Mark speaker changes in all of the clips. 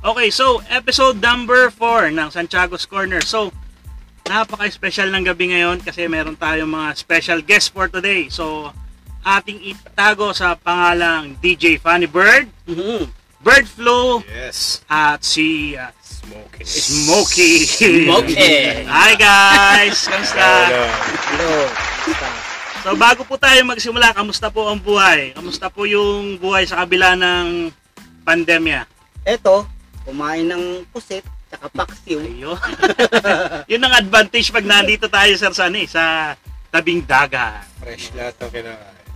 Speaker 1: Okay, so episode number 4 ng Santiago's Corner. So, napaka-special ng gabi ngayon kasi meron tayong mga special guest for today. So, ating itago sa pangalang DJ Funny Bird, Bird Flow,
Speaker 2: Yes.
Speaker 1: at si uh,
Speaker 2: Smoking.
Speaker 1: Smokey.
Speaker 3: Smokey.
Speaker 1: Hi guys!
Speaker 2: Ano?
Speaker 1: Kamusta?
Speaker 3: Hello.
Speaker 1: So, bago po tayo magsimula, kamusta po ang buhay? Kamusta po yung buhay sa kabila ng pandemya?
Speaker 3: Eto, kumain ng pusit, tsaka paksiw.
Speaker 1: Ayun. Yun ang advantage pag nandito tayo sir sa ano eh, sa tabing dagat.
Speaker 2: Fresh lahat ang kinakain.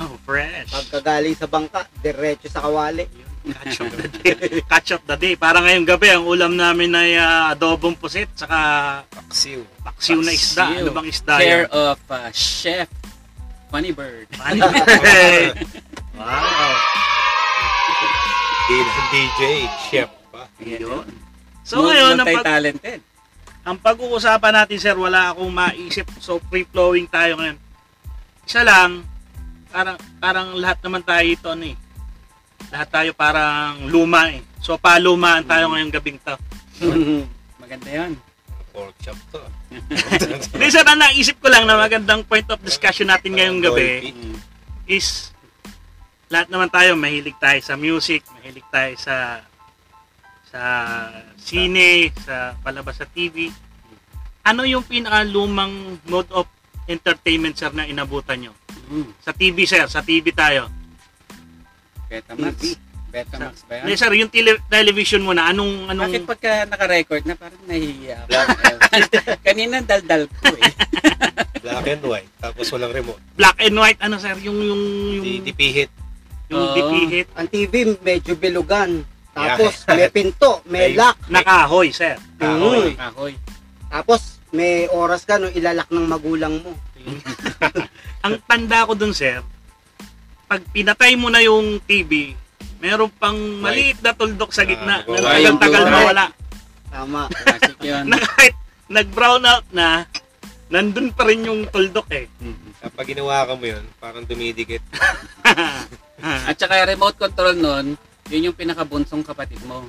Speaker 1: Wow, fresh.
Speaker 3: Pagkagaling sa bangka, diretso sa kawali.
Speaker 1: Yun, Catch of the day. Catch of the day. Para ngayong gabi, ang ulam namin ay ah, adobong pusit, saka
Speaker 2: Paksiw.
Speaker 1: paksiw na isda.
Speaker 4: Paksiw.
Speaker 1: Ano bang isda
Speaker 4: care
Speaker 1: yun?
Speaker 4: of uh, Chef Funny Bird.
Speaker 1: Ano? wow.
Speaker 2: Din DJ. Chef pa.
Speaker 1: Yun. So ngayon, ang, pag-
Speaker 4: talented.
Speaker 1: ang pag-uusapan natin sir, wala akong maisip. So free-flowing tayo ngayon. Isa lang, parang, parang lahat naman tayo ito ano eh. Lahat tayo parang luma eh. So palumaan
Speaker 4: Mm.
Speaker 1: tayo ngayong gabing to.
Speaker 4: Maganda 'yon.
Speaker 2: Pork chop to.
Speaker 1: Hindi sir, ang naisip ko lang na magandang point of discussion natin ngayong gabi is lahat naman tayo mahilig tayo sa music, mahilig tayo sa sa sine, sa palabas sa TV. Ano yung pinakalumang mode of entertainment sir na inabutan nyo?
Speaker 4: Mm.
Speaker 1: Sa TV sir, sa TV tayo.
Speaker 4: Betamax.
Speaker 3: TV.
Speaker 4: Betamax ba
Speaker 1: Hindi
Speaker 4: 'yan?
Speaker 1: sir, yung tele- television mo na, anong, anong,
Speaker 4: Bakit pagka naka-record na parang nahihiya ako? Kanina daldal ko eh.
Speaker 2: Black and white. Tapos walang remote.
Speaker 1: black and white, ano sir, yung, yung, yung,
Speaker 2: Di dipihit.
Speaker 1: yung
Speaker 4: Oo.
Speaker 1: dipihit,
Speaker 3: Ang TV, medyo bilugan. Tapos, may pinto, may
Speaker 2: May-
Speaker 3: lock.
Speaker 1: nakahoy sir.
Speaker 2: Kahoy.
Speaker 4: Kahoy.
Speaker 3: Tapos, may oras ka no, ilalak ng magulang mo.
Speaker 1: ang tanda ko dun, sir, pag pinatay mo na yung TV, meron pang maliit na tuldok sa gitna
Speaker 2: Ah,
Speaker 1: na
Speaker 2: wala yung
Speaker 1: tagal-tagal
Speaker 4: blue
Speaker 1: na
Speaker 3: light.
Speaker 1: wala.
Speaker 3: Tama.
Speaker 4: Classic 'yon.
Speaker 1: Na kahit nag-brown out na, nandun pa rin yung tuldok eh.
Speaker 4: Mm-hmm.
Speaker 2: Kapag ginawa ka mo yun, parang dumidikit.
Speaker 4: At saka yung remote control nun, yun yung pinakabunsong kapatid mo.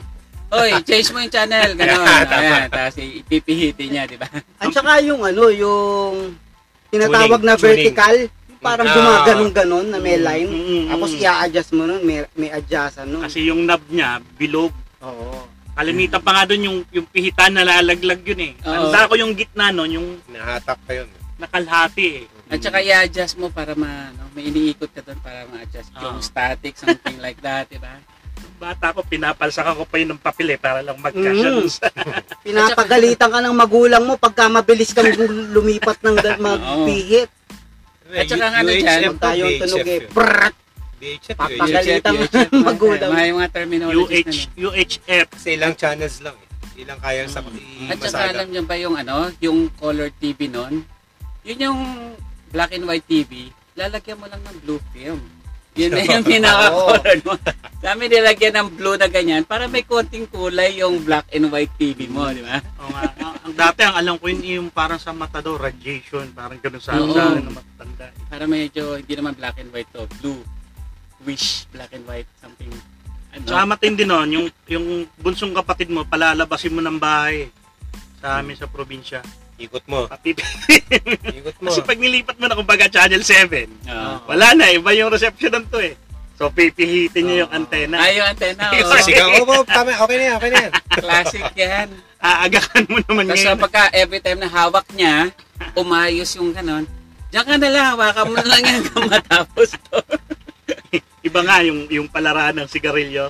Speaker 4: Hoy, change mo yung channel, gano'n.
Speaker 2: Yeah, tama.
Speaker 4: Ayan, tapos ipipihitin niya, di ba?
Speaker 3: At saka yung ano, yung tinatawag
Speaker 2: Tuning,
Speaker 3: na
Speaker 2: tuning.
Speaker 3: vertical, yung parang
Speaker 2: Ah.
Speaker 3: gumaganong ganon na may line.
Speaker 1: Mm,
Speaker 3: Tapos
Speaker 1: mm.
Speaker 3: i-adjust mo nun, may, may adjustan nun.
Speaker 1: Kasi yung knob niya, bilog.
Speaker 3: Oo.
Speaker 1: Kalimitan pa nga dun yung, yung pihitan na lalaglag yun eh.
Speaker 4: Oo.
Speaker 1: Tanda ko yung gitna nun, yung
Speaker 2: Nahatak ka yun.
Speaker 1: nakalhati eh.
Speaker 4: At saka i-adjust mo para ma, no, may iniikot ka doon para ma-adjust yung
Speaker 1: Oo.
Speaker 4: static, something like that, di ba?
Speaker 1: Bata ko, pinapalsakan ko pa yun ng papel eh, para lang magkasya
Speaker 3: Mm.
Speaker 1: dun sa...
Speaker 3: Pinapagalitan ka ng magulang mo pagka mabilis kang gu- lumipat ng gan- magbihit.
Speaker 4: At saka nga na dyan,
Speaker 3: Huwag tayong tunog eh.
Speaker 2: VHF.
Speaker 3: Prrrt!
Speaker 2: VHF.
Speaker 3: Papagalit. Pagalitan ng
Speaker 4: UHF, mga-
Speaker 3: magulang.
Speaker 4: May mga terminologies na.
Speaker 1: UH, UHF.
Speaker 2: Kasi ilang channels lang eh. Ilang kaya sa
Speaker 4: no? Mm. At saka
Speaker 2: masada.
Speaker 4: alam niyo ba yung ano, yung color TV noon? Yun yung black and white TV, lalagyan mo lang ng blue film. Yun na yung pinaka-color mo. Sa amin nilagyan ng blue na ganyan para may konting kulay yung black and white TV mo, di ba?
Speaker 1: Oo nga. Ang, ang dati, ang alam ko yun, yung parang sa mata daw, radiation, parang ganun sa
Speaker 4: Oo.
Speaker 1: sa ano ng matatanda. eh.
Speaker 4: Para medyo, hindi naman black and white to, blue. Wish, black and white, something.
Speaker 1: Tsaka
Speaker 4: Ano?
Speaker 1: matindi nun, yung, yung bunsong kapatid mo, palalabasin mo ng bahay sa amin sa probinsya.
Speaker 2: Ikot mo.
Speaker 1: Pati,
Speaker 2: Ikot mo.
Speaker 1: kasi pag nilipat mo na kumbaga Channel 7,
Speaker 4: Oo.
Speaker 1: Ah, wala na, iba yung reception nun to eh. So pipihitin niya yung
Speaker 4: Oo.
Speaker 1: antena.
Speaker 4: Ay, yung antena.
Speaker 1: Yung
Speaker 4: oo.
Speaker 2: Sigaw. Oh, oh, tama. Okay na yan. Okay na yan.
Speaker 4: Classic yan.
Speaker 1: Aagakan mo naman
Speaker 4: Tapos
Speaker 1: ngayon.
Speaker 4: pagka every time na hawak niya, umayos yung ganon. Diyan ka na lang, hawakan mo na lang yan kung matapos to.
Speaker 1: Iba nga yung, yung palaraan ng sigarilyo.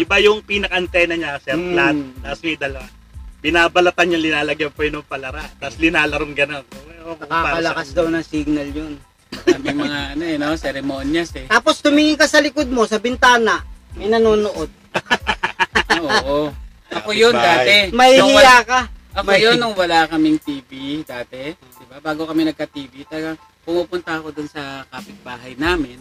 Speaker 1: Iba yung pinaka-antena niya, sir,
Speaker 4: Mm.
Speaker 1: flat. Tapos may dalawa. Binabalatan niya, linalagyan po yun ng palara. Tapos linalarong ganun. Oh, para sa-
Speaker 3: Nakakalakas daw ng signal yun.
Speaker 4: May mga ano eh, no? Ceremonias eh.
Speaker 3: Tapos tumingin ka sa likod mo, sa bintana, may nanonood.
Speaker 4: Oo. Ako yun dati. Nung wala-
Speaker 3: Mahihiya ka.
Speaker 4: Ako
Speaker 3: May-
Speaker 4: yun nung wala kaming TV dati, 'di ba? Bago kami nagka-TV, talaga pumupunta ako dun sa kapitbahay namin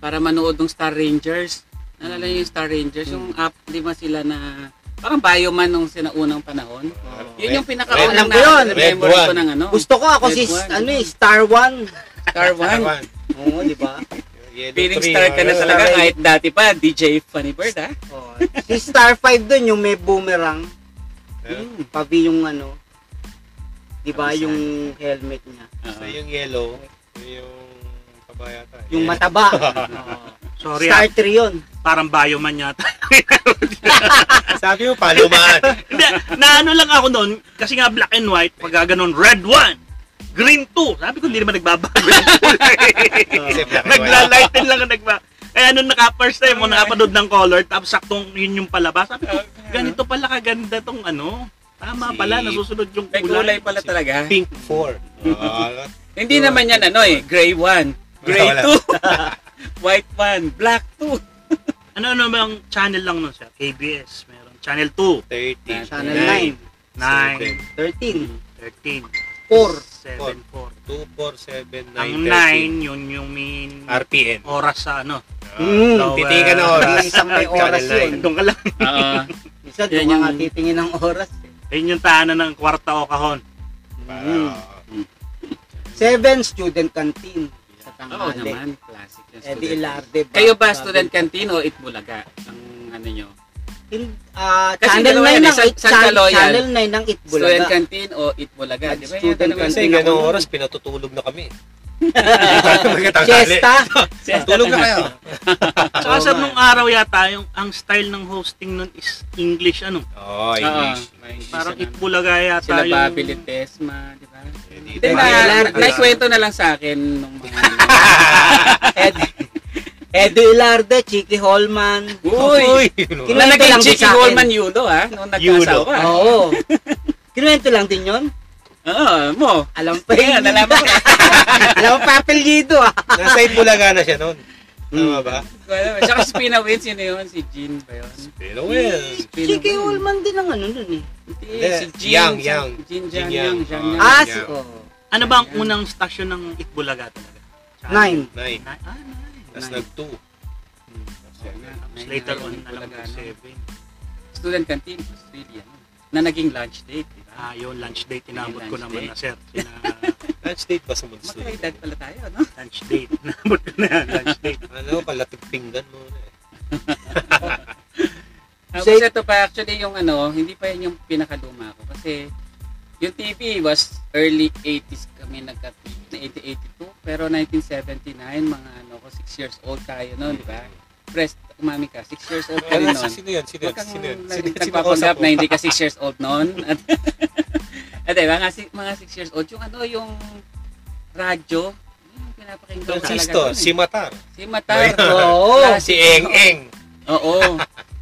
Speaker 4: para manood ng Star Rangers. Naalala niyo yung Star Rangers, yung
Speaker 2: Hmm.
Speaker 4: up, lima sila na parang bioman nung sinaunang panahon.
Speaker 2: Oh,
Speaker 4: Yun yung pinakaunang
Speaker 3: Alam ko yun.
Speaker 4: na memory
Speaker 2: Red
Speaker 4: ko
Speaker 2: one.
Speaker 4: ng ano,
Speaker 3: Gusto ko ako si
Speaker 4: Red one.
Speaker 3: ano eh, Star One.
Speaker 4: Star One.
Speaker 2: Taiwan.
Speaker 3: Oo, di ba?
Speaker 2: Yung Yellow
Speaker 4: Feeling
Speaker 2: tree,
Speaker 4: star ka na
Speaker 2: ah.
Speaker 4: talaga kahit dati pa, DJ Funny Bird ha?
Speaker 3: Oh, si Star 5 doon, yung may boomerang,
Speaker 2: Ah,
Speaker 4: Uh-huh. Hmm.
Speaker 3: pabi yung ano, di ba
Speaker 4: Kabisado.
Speaker 3: yung helmet niya,
Speaker 2: So yung yellow, yung kabayata.
Speaker 3: yung mataba. Oo.
Speaker 1: Sorry,
Speaker 3: Star 3 yun.
Speaker 1: ah, parang bayo man yata.
Speaker 2: Sabi mo, palumaan.
Speaker 1: Hindi, naano lang ako noon, kasi nga black and white, pag ganun, red one, green two. Sabi ko, hindi naman nagbabago. yung kulay.
Speaker 2: Kasi black and white.
Speaker 1: Naglalighten lang ang nagba. Kaya nung naka-first time mo, nakapanood ng color, tapos saktong yun yung palabas. Sabi ko,
Speaker 2: Ah.
Speaker 1: ganito pala kaganda tong ano. Tama pala, nasusunod yung
Speaker 4: May kulay
Speaker 1: kulay.
Speaker 4: pala talaga.
Speaker 2: Pink Uh, 4.
Speaker 4: Hindi naman yan ano eh, gray 1, gray
Speaker 2: Wala.
Speaker 4: 2, white 1, black 2.
Speaker 1: Ano ano bang channel lang nun siya? KBS, meron. Channel 2,
Speaker 2: 30.
Speaker 3: Channel
Speaker 2: Nine.
Speaker 3: 9,
Speaker 1: 9,
Speaker 2: Hmm.
Speaker 1: 13,
Speaker 3: 13, 4.
Speaker 1: 7, 4.
Speaker 2: 2, 4, 7, 9,
Speaker 1: Ang
Speaker 2: 9.
Speaker 1: 9, yun yung mean
Speaker 2: RPN.
Speaker 1: oras sa ano.
Speaker 3: Mm.
Speaker 1: So,
Speaker 2: Titigan na
Speaker 1: eh,
Speaker 2: oras.
Speaker 3: Isang may oras
Speaker 2: Channel
Speaker 3: yun.
Speaker 1: Doon ka lang.
Speaker 4: Oo.
Speaker 3: Isa, doon
Speaker 4: Yan
Speaker 3: ka
Speaker 4: yung-
Speaker 3: nga titingin ng oras. eh.
Speaker 1: Ayun yung tahanan ng kwarta o kahon.
Speaker 2: Para,
Speaker 3: Mm. Seven, student canteen. Sa
Speaker 4: Oo
Speaker 3: tanghali.
Speaker 4: naman, classic yung
Speaker 3: Eh,
Speaker 4: student.
Speaker 3: di Ilarde.
Speaker 4: Kayo ba student canteen o Itbulaga? Ang ano nyo?
Speaker 3: In, ah,
Speaker 4: Kasi
Speaker 3: channel
Speaker 4: dalawa
Speaker 3: 9
Speaker 4: yan,
Speaker 3: ng
Speaker 4: San-
Speaker 3: It-
Speaker 4: San
Speaker 3: chan-
Speaker 4: Galoyan.
Speaker 3: Channel 9 ng
Speaker 4: Student
Speaker 3: Itbulaga.
Speaker 4: canteen o Itbulaga? Di ba yan?
Speaker 3: Student
Speaker 4: Tanong
Speaker 3: canteen.
Speaker 2: kasi
Speaker 4: yung-
Speaker 2: ganong oras, pinatutulog na kami. Magkatanghali.
Speaker 3: Chesta.
Speaker 2: Tulog na kayo.
Speaker 1: Tsaka sa nung
Speaker 4: eh.
Speaker 1: araw yata, yung, ang style ng hosting nun is English, ano?
Speaker 2: Oo,
Speaker 4: Oo,
Speaker 2: Oh, English.
Speaker 4: may English
Speaker 1: Parang
Speaker 4: na-
Speaker 1: Itbulaga yata
Speaker 4: Sila
Speaker 1: yung...
Speaker 4: Babi Litesma, di ba?
Speaker 2: Eh, di
Speaker 4: Hindi
Speaker 2: tayo-
Speaker 4: na,
Speaker 3: Ilarde.
Speaker 4: naikwento na lang sa akin nung mga...
Speaker 3: Ed, Edo Ilarde, Chicky Holman.
Speaker 4: Uy!
Speaker 3: Kilala
Speaker 4: Kilala kay
Speaker 3: lang
Speaker 4: Chicky
Speaker 3: sa akin.
Speaker 4: Goldman Yulo ha, nung nagkasawa.
Speaker 3: Oo. Kinuwento lang din yun.
Speaker 4: Oo, mo.
Speaker 3: Alam pa
Speaker 4: Kaya
Speaker 3: yun.
Speaker 4: nalaman ko na.
Speaker 3: Alam pa apelyido ah.
Speaker 2: Nasa Itbulaga na siya noon. Tama ba?
Speaker 4: Mm. Tsaka si Pina Wins, yun na yun, si Jean ba yun?
Speaker 2: Pero well.
Speaker 4: Pina
Speaker 3: Chicky
Speaker 4: Wins.
Speaker 3: Holman din ang ano nun eh.
Speaker 4: Hindi,
Speaker 2: Hindi,
Speaker 4: si Jean.
Speaker 2: Yang,
Speaker 4: si-
Speaker 2: Yang.
Speaker 4: Jean,
Speaker 2: Jean
Speaker 4: Jean,
Speaker 2: Yang.
Speaker 4: Yang, Jean, Yang.
Speaker 3: Ah,
Speaker 2: Yeah.
Speaker 3: oo.
Speaker 1: Ano ba ang unang stasyon ng Itbulaga talaga? Channel
Speaker 3: Nine.
Speaker 2: Nine.
Speaker 1: nine. Ah, nine.
Speaker 2: Tapos
Speaker 4: Nine.
Speaker 2: nag-two.
Speaker 1: Tapos later on, alam ko, seven.
Speaker 4: Student canteen, Australia. no? Na naging lunch date, di ba?
Speaker 1: Ah, yun, lunch date. Inabot ko
Speaker 4: Lunch
Speaker 1: naman
Speaker 4: date.
Speaker 1: na, sir. Sina,
Speaker 2: Lunch date ba sumunod sa
Speaker 4: Magkaedad pala tayo, no?
Speaker 1: lunch date. Inabot ko na, lunch date.
Speaker 2: Ano, palatag pinggan mo na eh.
Speaker 4: Tapos
Speaker 3: Say-
Speaker 4: Ah, ito pa, actually, yung ano, hindi pa yun yung pinakaluma ko. Kasi, yung TV was early 80s kami nagka-TV, na 80-82. Pero 1979, mga ano ko, 6 years old tayo noon, di Ano ba? Press, umami ka, 6 years old ka
Speaker 2: Ano,
Speaker 4: rin noon.
Speaker 2: sino yun? Sino yun?
Speaker 4: Huwag kang
Speaker 2: Sino yun? Sino yun? Sino
Speaker 4: nagpapanggap na hindi ka 6 years old noon. At, at eh, mga, si- mga 6 years old, yung ano, yung radyo, yun yung pinapakinggan ko
Speaker 2: Transistor,
Speaker 4: talaga.
Speaker 2: si
Speaker 4: noon
Speaker 2: Matar,
Speaker 4: eh. Ah, si Matar.
Speaker 3: Oo.
Speaker 2: si Eng Eng.
Speaker 4: Oo.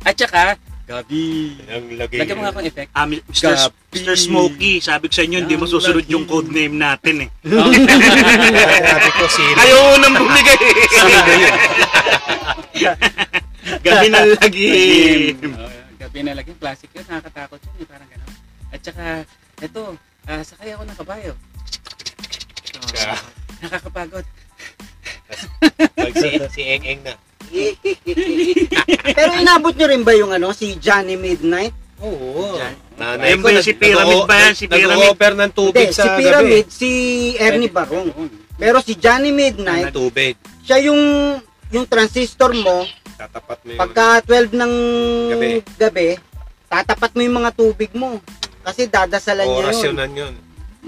Speaker 4: At saka, Gabi.
Speaker 2: Ang lagay.
Speaker 4: Lagyan mo nga akong effect.
Speaker 1: Ah, mi- Mr. S-
Speaker 4: Gabi.
Speaker 1: Mr. Smokey, sabi ko sa inyo, hindi mo
Speaker 4: Ang
Speaker 1: susunod
Speaker 4: laki.
Speaker 1: yung code name natin eh.
Speaker 2: Sabi ko si
Speaker 1: Ayaw unang bumigay. Gabi na lagi.
Speaker 4: Oo, Gabi na lagi. Classic yun. Nakakatakot yun. eh, Parang gano'n. At saka, eto, ah, sakay ako ng kabayo.
Speaker 2: Ka.
Speaker 4: Nakakapagod.
Speaker 2: Pag si, si Eng Eng na.
Speaker 3: Pero inabot nyo rin ba yung ano, si Johnny Midnight?
Speaker 2: Oo.
Speaker 4: Diyan.
Speaker 2: Nanay
Speaker 1: Yung ba yun, si Pyramid ba yan? Si Pyramid?
Speaker 2: Nag-offer ng tubig
Speaker 3: Hindi,
Speaker 2: sa
Speaker 3: si Pyramid, si Ernie Barong. Pero si Johnny
Speaker 2: gabi.
Speaker 3: Midnight,
Speaker 2: Tubig.
Speaker 3: siya yung yung transistor mo,
Speaker 2: Tatapat mo yun.
Speaker 3: pagka 12 ng
Speaker 2: Gabi.
Speaker 3: gabi, tatapat mo yung mga tubig mo. Kasi dadasalan niya
Speaker 2: Oras
Speaker 3: yun.
Speaker 2: yun na yun.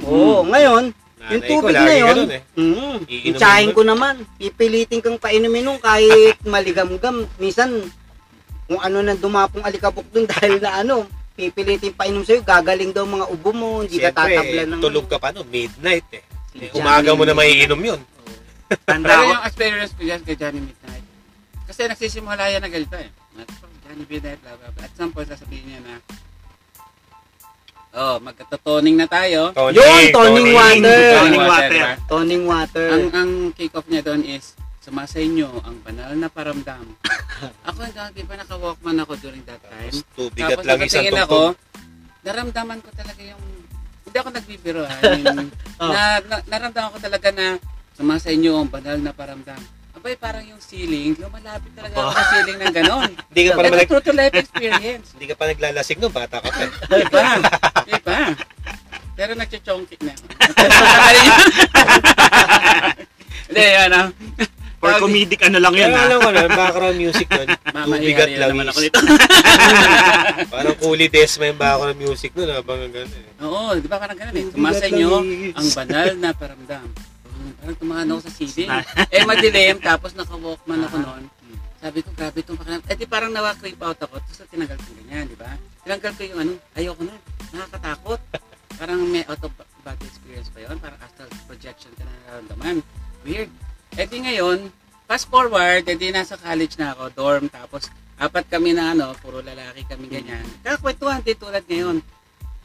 Speaker 3: Oo, ngayon,
Speaker 2: Nanay
Speaker 3: yung
Speaker 2: ko,
Speaker 3: tubig na
Speaker 2: lagi
Speaker 3: yun,
Speaker 2: ganun eh.
Speaker 3: mm,
Speaker 2: Iinumin
Speaker 3: itsahin
Speaker 2: mo.
Speaker 3: ko naman. Ipilitin kang painumin nung kahit maligamgam. Minsan, kung ano na dumapong alikabok dun dahil na ano, pipilitin painom sa'yo, gagaling daw mga ubo mo, hindi ka
Speaker 2: Siyempre,
Speaker 3: tatabla ng...
Speaker 2: tulog ka pa no, midnight eh.
Speaker 4: Si
Speaker 2: Umaga
Speaker 4: Johnny
Speaker 2: mo na
Speaker 4: Midnight.
Speaker 2: maiinom yun.
Speaker 1: Tanda
Speaker 4: Pero
Speaker 1: ko,
Speaker 4: yung experience ko dyan kay Johnny Midnight. Kasi nagsisimula yan na ganito eh. At, oh, Johnny Midnight, blah, blah, blah. At some point, sasabihin niya na, oh, magkatotoning na tayo.
Speaker 2: Toning,
Speaker 3: Yun, toning water.
Speaker 1: Toning water.
Speaker 4: di ba?
Speaker 3: Toning water.
Speaker 4: ang ang kick-off niya doon is sumasay niyo ang banal na paramdam. ako ang dati pa naka-walkman ako during that time.
Speaker 2: Tapos tubig at
Speaker 4: Tapos
Speaker 2: lang isang
Speaker 4: napatingin
Speaker 2: tugtog.
Speaker 4: ako, naramdaman ko talaga yung hindi ako nagbibiro ha. Yung,
Speaker 3: Oh.
Speaker 4: na, na, naramdaman ko talaga na sumasay niyo ang banal na paramdam. Abay, parang yung ceiling, lumalapit talaga ako sa ceiling ng ganon.
Speaker 2: Hindi ka pa naman
Speaker 4: Ito true to life experience.
Speaker 2: Hindi ka pa naglalasing no, bata ka pa. eh.
Speaker 4: Iba. Iba. Diba? Pero nagchichongki na. ako. Hindi, ano.
Speaker 1: For comedic ano lang yan,
Speaker 2: Kaya
Speaker 1: ha?
Speaker 2: alam ko na, background music nun.
Speaker 4: Mama,
Speaker 2: Bigat
Speaker 4: ihari
Speaker 2: lang
Speaker 4: naman
Speaker 2: is-
Speaker 4: ako nito.
Speaker 2: Parang Kuli Desma yung background music nun, habang gano'n eh.
Speaker 4: Oo, di ba parang ganun eh. Tumasa nyo ang banal na paramdam. Mm, Parang tumahan ako sa CD. eh, madilim. Tapos naka-walkman ako noon. Sabi ko, grabe itong pakiramdam. Eh, di parang nawa-creep out ako. Tapos tinanggal ko ganyan, di ba? Tinanggal ko yung ano, ayoko na. Nakakatakot. Parang may out of body experience pa yun. Parang astral projection ka na nararamdaman. Weird. Eh di ngayon, fast forward, eh di nasa college na ako, dorm. Tapos apat kami na ano, puro lalaki kami ganyan. Kakakwentuhan din tulad ngayon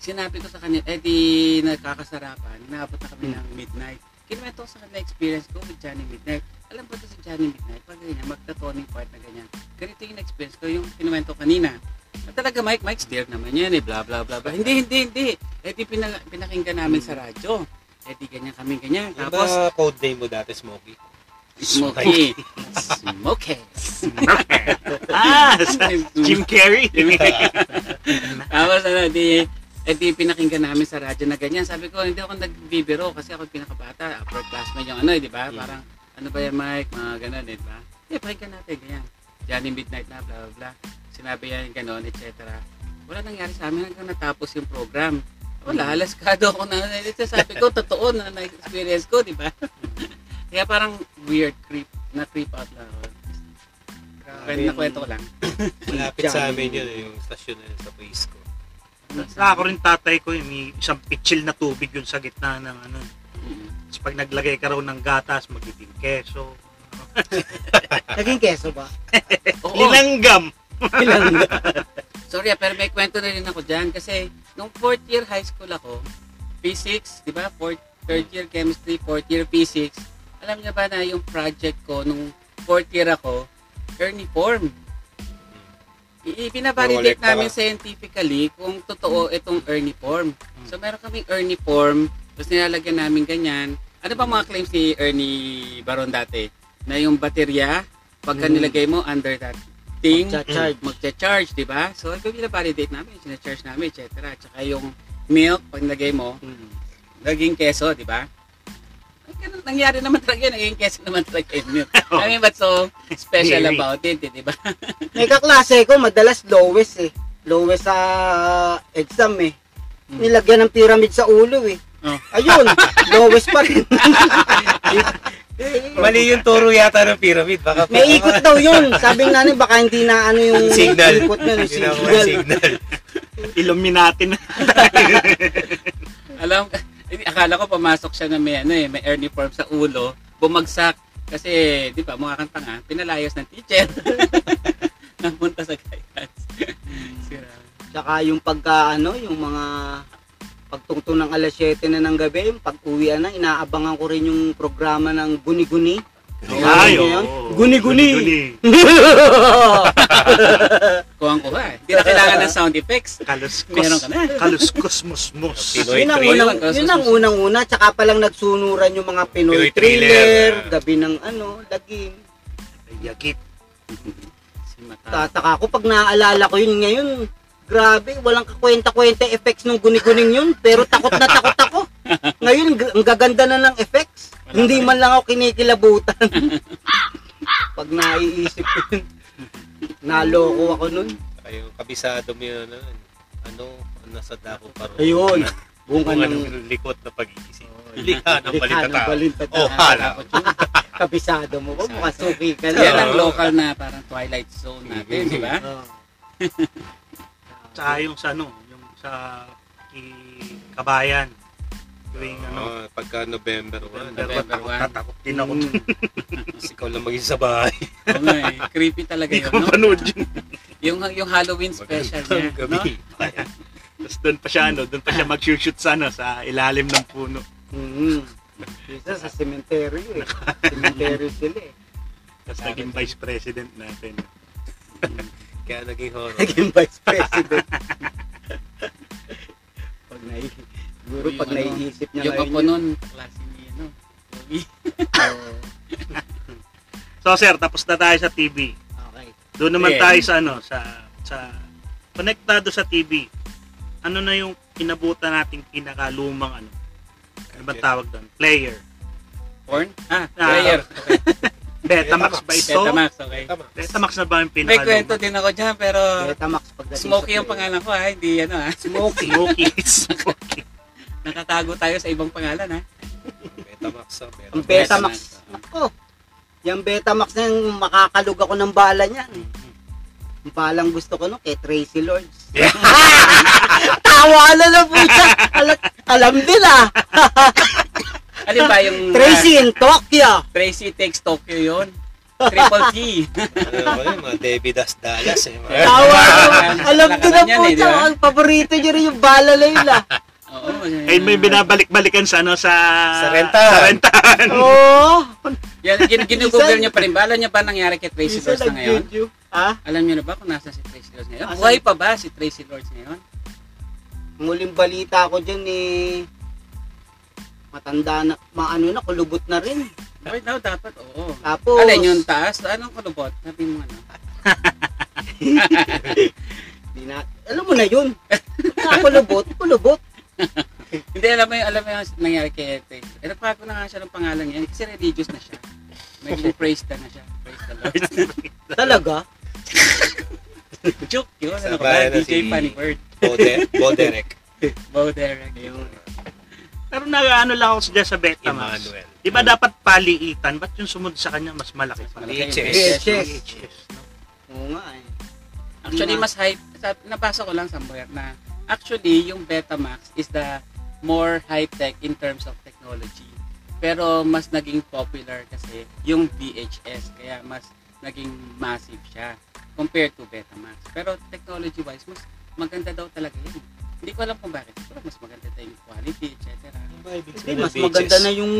Speaker 4: sinabi ko sa kanya, eh di nagkakasarapan, naabot na kami ng midnight. Kinuwento ko sa kanila experience ko with Johnny Midnight. Alam ko to si Johnny Midnight, pag ganyan, magta-toning part na ganyan. Ganito yung experience ko, yung kinuwento kanina. At talaga, Mike, Mike, steer naman yan eh, bla bla bla bla. Hindi, hindi, hindi. Eh di pinag- pinakinggan namin sa radyo. Eh di ganyan kami ganyan.
Speaker 2: Yung
Speaker 4: Tapos,
Speaker 2: ba code name mo dati, Smokey?
Speaker 4: Smokey. Smokey.
Speaker 1: ah, sa- Jim Carrey.
Speaker 4: Tapos ano, di, eh, di pinakinggan namin sa radyo na ganyan. Sabi ko, hindi ako nagbibiro kasi ako pinakabata. Upperclassman yung ano, eh, di
Speaker 2: Mm.
Speaker 4: ba? Parang, ano ba yan, Mike? Mga ganun, eh, di ba? Eh, pakinggan natin, ganyan. Johnny Midnight na, bla bla bla. Sinabi yan, ganun, etc. Wala nangyari sa amin hanggang natapos yung program.
Speaker 2: Mm.
Speaker 4: Wala, alaskado ako na. eh, Sabi ko, totoo na na-experience ko, di ba?
Speaker 2: Mm.
Speaker 4: Kaya parang weird creep, na creep out lang ako. Kwento na kwento ko lang.
Speaker 2: Malapit sa amin yun, eh, yung stasyon na yun sa place ko.
Speaker 4: Ah,
Speaker 1: Sa ako rin tatay ko, eh, may isang pitchil na tubig yun sa gitna ng ano.
Speaker 4: Mm.
Speaker 1: Tapos pag naglagay ka raw ng gatas, magiging keso.
Speaker 3: Naging keso ba?
Speaker 1: oh.
Speaker 4: Oo.
Speaker 1: Linanggam!
Speaker 4: Sorry, ah, pero may kwento na rin ako dyan kasi nung fourth year high school ako, P6, di ba? Fourth, third year chemistry, fourth year P6. Alam niya ba na yung project ko nung fourth year ako, uniform. I-
Speaker 2: Nakolekta
Speaker 4: Ibinabalidate
Speaker 2: ka.
Speaker 4: namin scientifically kung totoo itong uniform. So meron kaming uniform, tapos nilalagyan namin ganyan. Ano ba mga claims ni Ernie Baron dati? Na yung baterya, pagka
Speaker 3: Mm.
Speaker 4: nilagay mo under that thing,
Speaker 3: Magcha-charge.
Speaker 4: magcha-charge, di ba? So, ito yung validate namin, sinacharge namin, etc. Tsaka yung milk, pag nilagay mo,
Speaker 3: Hmm.
Speaker 4: naging keso, di ba? Ay, ganun, nangyari naman talaga yun, naging keso naman talaga yung milk. I mean, but so special
Speaker 1: Really?
Speaker 4: about it, eh, di ba?
Speaker 3: May kaklase ko, madalas lowest eh. Lowest sa exam eh. Nilagyan ng pyramid sa ulo eh.
Speaker 4: Oh.
Speaker 3: Ayun, lowest pa rin.
Speaker 2: Mali yung turo yata ng pyramid. Baka
Speaker 3: May ikot daw yun. Sabi ng nanay, baka hindi na ano yung
Speaker 2: Signal.
Speaker 3: ikot na yung
Speaker 2: Hindi na ako may
Speaker 3: signal.
Speaker 2: signal.
Speaker 1: Illuminati na.
Speaker 4: Alam, eh, akala ko pumasok siya na may, ano, eh, may uniform sa ulo, bumagsak. Kasi, di ba, mukha kang tanga, pinalayos ng teacher. Napunta sa guidance. Sira.
Speaker 3: Tsaka yung pagka ano, yung mga pagtungtong ng alas 7 na ng gabi, yung pag-uwi na, inaabangan ko rin yung programa ng Guni-Guni.
Speaker 1: Ay,
Speaker 3: Alam niyo yun?
Speaker 1: oo.
Speaker 3: Guni-guni.
Speaker 1: Hmm.
Speaker 4: Kuhan ko ba eh. Hindi na kailangan ng sound effects. Meron
Speaker 1: Kaluskos.
Speaker 4: ka na.
Speaker 1: Kaluskos musmos.
Speaker 2: Pinoy
Speaker 3: yun ang
Speaker 2: thriller.
Speaker 3: unang, yun ang unang-una, tsaka palang nagsunuran yung mga Pinoy,
Speaker 2: Pinoy thriller.
Speaker 3: thriller, gabi ng ano, lagim.
Speaker 1: Yakit.
Speaker 4: Si Mata.
Speaker 3: Tataka ko pag naaalala ko yun ngayon. Grabe, walang kakwenta-kwenta effects nung guni-guning yun, pero takot na takot ako. Ngayon, g- ang gaganda na ng effects.
Speaker 4: Wala
Speaker 3: Hindi
Speaker 4: pa rin.
Speaker 3: man lang ako kinikilabutan. pag naiisip ko yun, naloko ako nun.
Speaker 2: Saka yung kabisado mo yun, ano, ano, nasa dako pa rin.
Speaker 3: Ayun, buong
Speaker 2: Kung
Speaker 3: anong
Speaker 2: anong likot na pag-iisip. Likha ng
Speaker 3: likha ng
Speaker 2: balitata.
Speaker 3: balintata.
Speaker 2: Oh, hala.
Speaker 3: Kabisado mo ba? Mukhang suki ka
Speaker 4: Yan
Speaker 3: na.
Speaker 4: ang local na parang Twilight Zone natin, di ba?
Speaker 3: Oh.
Speaker 1: Tsaka yung sa ano, yung sa ki- kabayan. Tuwing ano,
Speaker 2: Oo, pagka November 1,
Speaker 1: November, Hmm.
Speaker 4: November
Speaker 1: takot,
Speaker 4: one.
Speaker 1: tatakot din ako.
Speaker 3: Mm.
Speaker 2: ikaw lang maging sa bahay.
Speaker 4: Oo nga eh. Creepy talaga
Speaker 1: Hindi
Speaker 4: yun,
Speaker 1: ko
Speaker 4: no?
Speaker 1: mapanood yun.
Speaker 4: Yung, yung Halloween special niya,
Speaker 2: Magandang
Speaker 4: no?
Speaker 2: gabi.
Speaker 1: Tapos doon pa siya ano, doon pa siya mag-shoot sa ano, sa ilalim ng puno.
Speaker 3: Mm. Isa sa sementeryo eh. Sementeryo sila eh.
Speaker 1: Tapos naging vice president natin.
Speaker 2: Kaya naging horror.
Speaker 3: Naging vice president. pag nai siguro
Speaker 4: Yung
Speaker 3: pag
Speaker 4: ano,
Speaker 3: naiisip niya
Speaker 4: Yung
Speaker 3: ngayon
Speaker 4: ako
Speaker 3: yun,
Speaker 4: nun, klase ni, ano, Bobby.
Speaker 3: oh,
Speaker 1: So sir, tapos na tayo sa TV.
Speaker 3: okay.
Speaker 1: Doon naman
Speaker 4: Then-
Speaker 1: tayo sa ano, sa sa konektado sa TV. Ano na yung inabutan nating pinakalumang ano? Ano ba tawag doon? Player.
Speaker 4: Porn? Ah,
Speaker 1: Ah.
Speaker 4: player.
Speaker 1: Beta
Speaker 4: Betamax, okay.
Speaker 2: Tama.
Speaker 1: Betamax na ba yung pinaka?
Speaker 4: May kwento din ako dyan, pero
Speaker 3: Betamax pagdating.
Speaker 4: Smokey yung pangalan ko ha, hindi ano ha.
Speaker 3: Smokey.
Speaker 1: Smoky. Smoky.
Speaker 4: Nakatago tayo sa ibang pangalan ah. ha.
Speaker 2: Betamax ah, Betamax.
Speaker 3: Ang Betamax. Ako. Oh! Yung Betamax na yung makakalog ako ng bala niyan. eh. Ang balang gusto ko no, kay Tracy Lords. Tawa na na po siya. Alam, alam din ah.
Speaker 4: Alin ba yung... ah,
Speaker 3: Tracy in Tokyo.
Speaker 4: Tracy takes Tokyo yun. Triple T.
Speaker 2: Ano ba yun? Mga Debbie Das Dallas eh. Mga-
Speaker 3: Tawa na. Alam din na
Speaker 4: Lakaran yan
Speaker 3: po
Speaker 4: eh, di
Speaker 3: siya.
Speaker 4: ba?
Speaker 3: Ang paborito niya rin yung bala Layla.
Speaker 4: Oo. ah.
Speaker 1: Ay, may binabalik-balikan sa ano sa...
Speaker 2: Sa rentahan.
Speaker 1: Sa rentahan.
Speaker 3: Oo.
Speaker 4: Yan, gin- ginugugol niya pa rin. Bala niya ba nangyari kay Tracy
Speaker 3: Isa
Speaker 4: Lords na ngayon?
Speaker 3: nag-video. Ah,
Speaker 4: Alam niyo na ba kung nasa si Tracy Lords ngayon?
Speaker 3: Asan?
Speaker 4: Buhay pa ba si Tracy Lords ngayon?
Speaker 3: ang huling balita ko dyan eh. Matanda na, maano na, kulubot na rin.
Speaker 4: Right now, dapat, oo.
Speaker 3: Tapos,
Speaker 4: Alin yung taas? Anong kulubot? Sabi mo ano?
Speaker 3: Di na, alam mo na yun. Pagka kulubot, kulubot.
Speaker 4: Hindi, alam mo yung, alam mo yung nangyari kay Tracy. Eh, nagpago na nga siya ng pangalan niya kasi religious na siya. Medyo praise na na siya. Praise the Lord.
Speaker 3: Talaga.
Speaker 4: Joke yun. Ano
Speaker 2: Sa
Speaker 4: ka ba?
Speaker 2: bayan na
Speaker 4: DJ
Speaker 2: si-
Speaker 4: Funny Bird.
Speaker 2: Bode- Boderek.
Speaker 4: Bo Derek. Yun.
Speaker 1: Pero nag-ano lang ako dyan sa Betamax.
Speaker 2: Emmanuel.
Speaker 1: Di ba dapat paliitan? Ba't yung sumunod sa kanya mas malaki?
Speaker 4: Mas
Speaker 1: pa?
Speaker 4: malaki yung
Speaker 2: VHS.
Speaker 4: beses.
Speaker 3: VHS.
Speaker 1: VHS, no?
Speaker 3: Oo nga eh.
Speaker 4: Actually,
Speaker 3: Hindi
Speaker 4: mas hype. Sa- Nabasa ko lang somewhere na actually, yung Betamax is the more high-tech in terms of technology. Pero mas naging popular kasi yung VHS. Kaya mas naging massive siya compared to Betamax. Pero technology-wise, mas maganda daw talaga yun. Hindi ko alam kung bakit. Pero mas maganda daw yung quality, etc.
Speaker 3: Hindi, mas maganda na yung,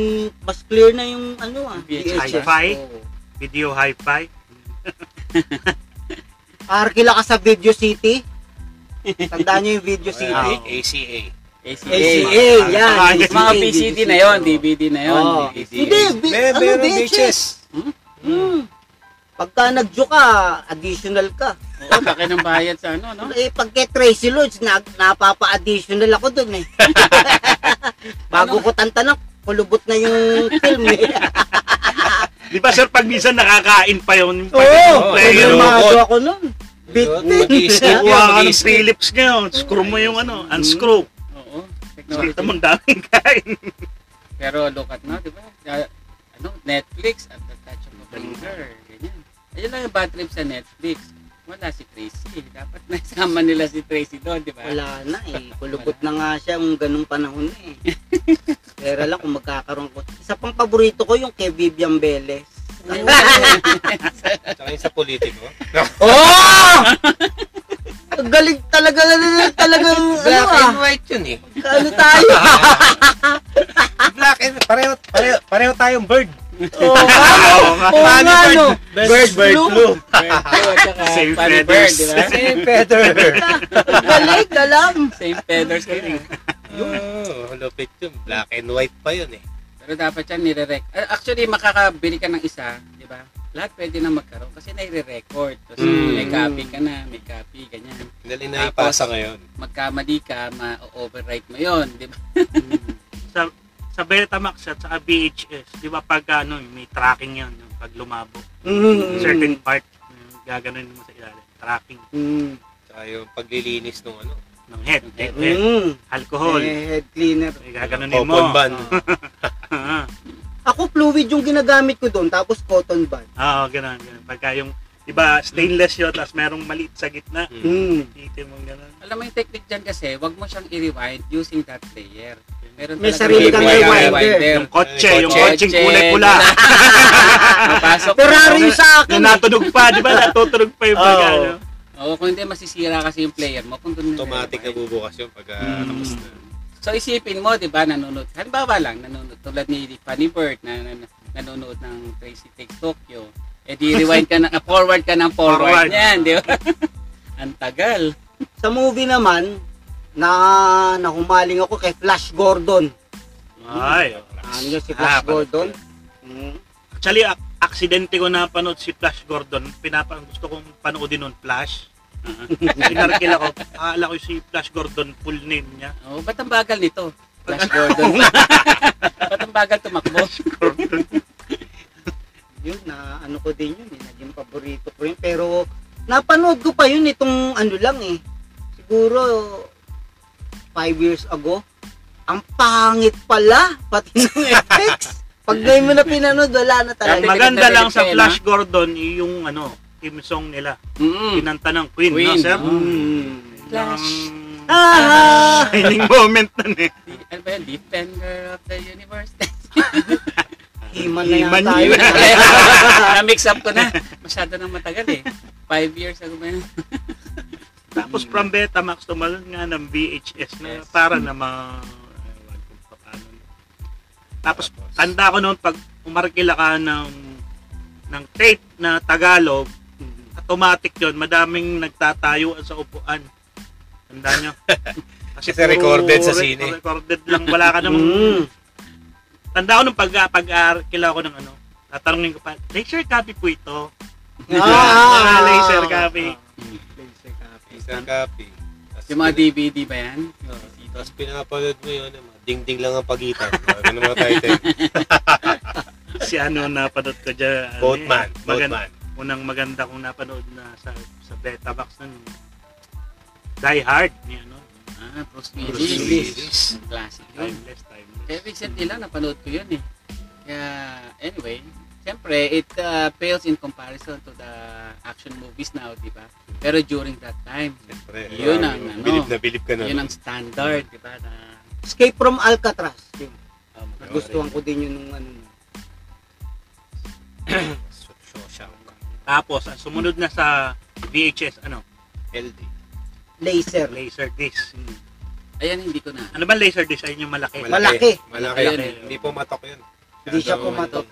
Speaker 3: mas clear na yung ano ah.
Speaker 4: VHS.
Speaker 3: VHS.
Speaker 1: Hi-fi?
Speaker 4: Oo.
Speaker 1: Video hi-fi.
Speaker 3: Arkila ka sa Video City. Tandaan nyo yung Video City.
Speaker 1: Ah.
Speaker 2: ACA.
Speaker 4: ACA.
Speaker 3: ACA, yan.
Speaker 1: Mga
Speaker 4: Mga PCD na yon, DVD na yon.
Speaker 3: Oo.
Speaker 4: DVD.
Speaker 3: Oh. Hindi, bi-
Speaker 2: May,
Speaker 3: ano
Speaker 2: meron
Speaker 3: VHS?
Speaker 4: Hmm?
Speaker 3: Hmm. Pagka nag-jo ka, additional ka.
Speaker 4: Oo, laki ng bayad sa ano, no?
Speaker 3: Eh, pag kay Tracy Lords, na, napapa-additional ako dun eh.
Speaker 4: Ano?
Speaker 3: Bago ko tantanang, kulubot na yung film eh.
Speaker 1: Di ba sir, pag minsan nakakain pa yun.
Speaker 3: Oo,
Speaker 1: Pag-
Speaker 2: Oo,
Speaker 1: pag-
Speaker 2: yun.
Speaker 1: yung mga-
Speaker 3: nagmamado ako nun. eh.
Speaker 1: Kuha
Speaker 2: Mag-i-skip yan,
Speaker 1: ka ng
Speaker 2: mag-i-skip.
Speaker 1: Philips ngayon. Screw mo yung ano, unscrew.
Speaker 4: Oo.
Speaker 3: Mm.
Speaker 4: Technology.
Speaker 1: Nakita mo, ang daming kain.
Speaker 4: Pero look at now, di ba? Ah, ano, Netflix at the touch of a finger. Ganyan. Ayun lang yung bad trip sa Netflix. Wala si Tracy. Dapat naisama nila si Tracy doon, di ba?
Speaker 3: Wala na eh. Kulubot na nga siya yung ganung panahon na eh. Pero lang kung magkakaroon ko. Isa pang paborito ko yung kay Vivian Velez.
Speaker 4: Oh.
Speaker 2: Tsaka yung sa politiko.
Speaker 3: oh! Ang galing talaga talagang ano
Speaker 2: Black
Speaker 3: ah.
Speaker 2: and white yun eh.
Speaker 3: Ano tayo?
Speaker 2: Black and pareho, pareho, pareho tayong bird.
Speaker 3: Oo nga,
Speaker 1: Oo nga.
Speaker 3: oo ano? nga no.
Speaker 2: Bird, bird, blue.
Speaker 4: Bird two at saka
Speaker 1: Same
Speaker 4: Funny
Speaker 1: feathers.
Speaker 4: Bird, di ba?
Speaker 2: Same feather.
Speaker 3: Ang galing, alam.
Speaker 4: Same feathers kayo.
Speaker 2: Oh, lupit yun. Black and white pa yun eh.
Speaker 4: Pero dapat yan nire-rec. ah, Actually, makakabili ka ng isa, di ba? Lahat pwede na magkaroon kasi nire-record. Tapos
Speaker 1: Hmm.
Speaker 2: Mm.
Speaker 4: may copy ka na, may copy, ganyan.
Speaker 2: Dali na ipasa ngayon.
Speaker 4: Magkamali ka, ma-overwrite mo yun, di ba?
Speaker 1: sa, sa Betamax at sa VHS, di ba pag ano, may tracking yun, yung pag lumabo.
Speaker 3: Mm.
Speaker 1: Certain part, yung gaganon mo sa ilalim. Tracking
Speaker 3: Mm.
Speaker 2: Tsaka yung paglilinis ng ano.
Speaker 1: ng head, head, head.
Speaker 3: Mm.
Speaker 1: Alcohol.
Speaker 3: Eh, head cleaner.
Speaker 1: May gaganunin Ano mo.
Speaker 2: Popon ban.
Speaker 1: Ah,
Speaker 3: Ako fluid yung ginagamit ko doon, tapos cotton bud.
Speaker 1: Oo, ah, ganun, ganun. Pagka yung, di ba, stainless yun, tapos merong maliit sa gitna.
Speaker 2: Mm.
Speaker 3: Mm.
Speaker 1: Dito mo ganun.
Speaker 4: Alam mo yung technique dyan kasi, wag mo siyang i-rewind using that player. Meron
Speaker 3: May
Speaker 4: talaga
Speaker 3: sarili
Speaker 2: kang
Speaker 4: rewinder.
Speaker 3: rewinder.
Speaker 1: Yung kotse, yung
Speaker 2: Kotse,
Speaker 1: kotseng kulay pula.
Speaker 4: Mapasok.
Speaker 3: Ferrari yung sa akin. eh.
Speaker 1: na natunog pa, di ba? Natutunog pa yung
Speaker 3: Oo.
Speaker 1: pag ano.
Speaker 4: Oo, kung hindi, masisira kasi yung player mo. Kung doon
Speaker 2: Automatic na
Speaker 4: nire-rewind.
Speaker 2: bubukas yun pag
Speaker 1: Mm.
Speaker 2: ah, tapos na.
Speaker 4: So isipin mo, di ba, nanonood. Halimbawa lang, nanonood. Tulad ni Funny Bird na, na nanonood ng Tracy Takes Tokyo. Eh di rewind ka na, forward ka ng
Speaker 1: Forward.
Speaker 4: forward, niyan, di ba? Ang tagal.
Speaker 3: Sa movie naman, na nahumaling ako kay Flash Gordon.
Speaker 1: Ay, oo.
Speaker 3: Ano yun si
Speaker 2: Ah,
Speaker 3: Flash
Speaker 2: pala-
Speaker 3: Gordon? Mm.
Speaker 1: Actually, ak- aksidente ko napanood si Flash Gordon. Pinapa gusto kong panoodin nun, Flash. Pinarkil ako. Akala ko si Flash Gordon, full name niya.
Speaker 4: Oh, ba't ang bagal nito? Flash Gordon. ba't ang bagal tumakbo?
Speaker 1: Gordon.
Speaker 3: Yun, na ano ko din yun. Eh. paborito ko yun. Pero, napanood ko pa yun itong ano lang eh. Siguro, five years ago. Ang pangit pala, pati ng effects. Pag ngayon mo na pinanood, wala na
Speaker 4: Dati
Speaker 1: Maganda
Speaker 3: talaga.
Speaker 4: Maganda
Speaker 1: lang sa
Speaker 4: rin,
Speaker 1: Flash Gordon yung ano, team song nila.
Speaker 4: Mm.
Speaker 1: Kinanta ng Queen, no,
Speaker 4: Queen.
Speaker 1: sir? Um,
Speaker 4: Mm.
Speaker 1: Flash.
Speaker 3: Ah!
Speaker 1: Shining moment nun eh.
Speaker 4: Di- Ano ba yun? Defender of the Universe.
Speaker 3: Iman na yan
Speaker 1: Iman
Speaker 3: tayo.
Speaker 1: yun.
Speaker 4: Na-mix up ko na. Masyado nang matagal eh. Five years ago ba yun?
Speaker 1: Tapos from Betamax, tumalon nga ng VHS na
Speaker 4: Yes.
Speaker 1: para na ma... ewan ko pa paano. Tapos tanda ko noon pag umarkila ka ng ng tape na Tagalog, automatic yon madaming nagtatayuan sa upuan. Tanda nyo.
Speaker 2: Kasi recorded sa
Speaker 1: puro
Speaker 2: sine.
Speaker 1: Recorded lang, wala ka namang...
Speaker 3: Mm.
Speaker 1: Tanda ko nung pag, pag arkilaw ko ng ano, tatanungin ko pa, laser copy po ito. Ah, laser copy.
Speaker 4: Laser copy.
Speaker 2: Isang copy. Tapos
Speaker 4: Yung mga DVD ba yan?
Speaker 2: Tapos pinapanood mo yun, yung mga dingding lang ang pagitan. Mga ganun mga title.
Speaker 1: si ano napanood ko dyan. ano
Speaker 2: Boatman.
Speaker 1: eh, magan-
Speaker 2: Boatman.
Speaker 1: Unang maganda kong napanood na sa sa Betamax nun. Die Hard. Ni ano?
Speaker 4: Ah, Bruce
Speaker 2: Bruce
Speaker 4: Willis.
Speaker 2: Willis.
Speaker 4: Classic yun.
Speaker 1: Timeless, timeless.
Speaker 4: Kaya recently lang napanood ko yun eh. Kaya anyway, siyempre it uh, pales in comparison to the action movies now, di ba? Pero during that time,
Speaker 2: Siyempre,
Speaker 4: Yun ang
Speaker 2: yung
Speaker 4: ano.
Speaker 2: Bilib na bilib ka na.
Speaker 4: yun ang standard, di ba? Na,
Speaker 3: Escape from Alcatraz. Yun.
Speaker 4: um,
Speaker 3: Nagustuhan ko din yun nung ano.
Speaker 2: Shawshank.
Speaker 1: Tapos, ang sumunod na sa VHS, ano?
Speaker 2: LD.
Speaker 3: Laser.
Speaker 1: Laser disc.
Speaker 4: Ayan, hindi ko na.
Speaker 1: Ano ba laser disc? Ayun yung malaki.
Speaker 3: Malaki.
Speaker 2: Malaki.
Speaker 4: Eh, Malaki.
Speaker 2: Hindi pumatok yun.
Speaker 3: Hindi siya
Speaker 2: Masyado-
Speaker 3: pumatok.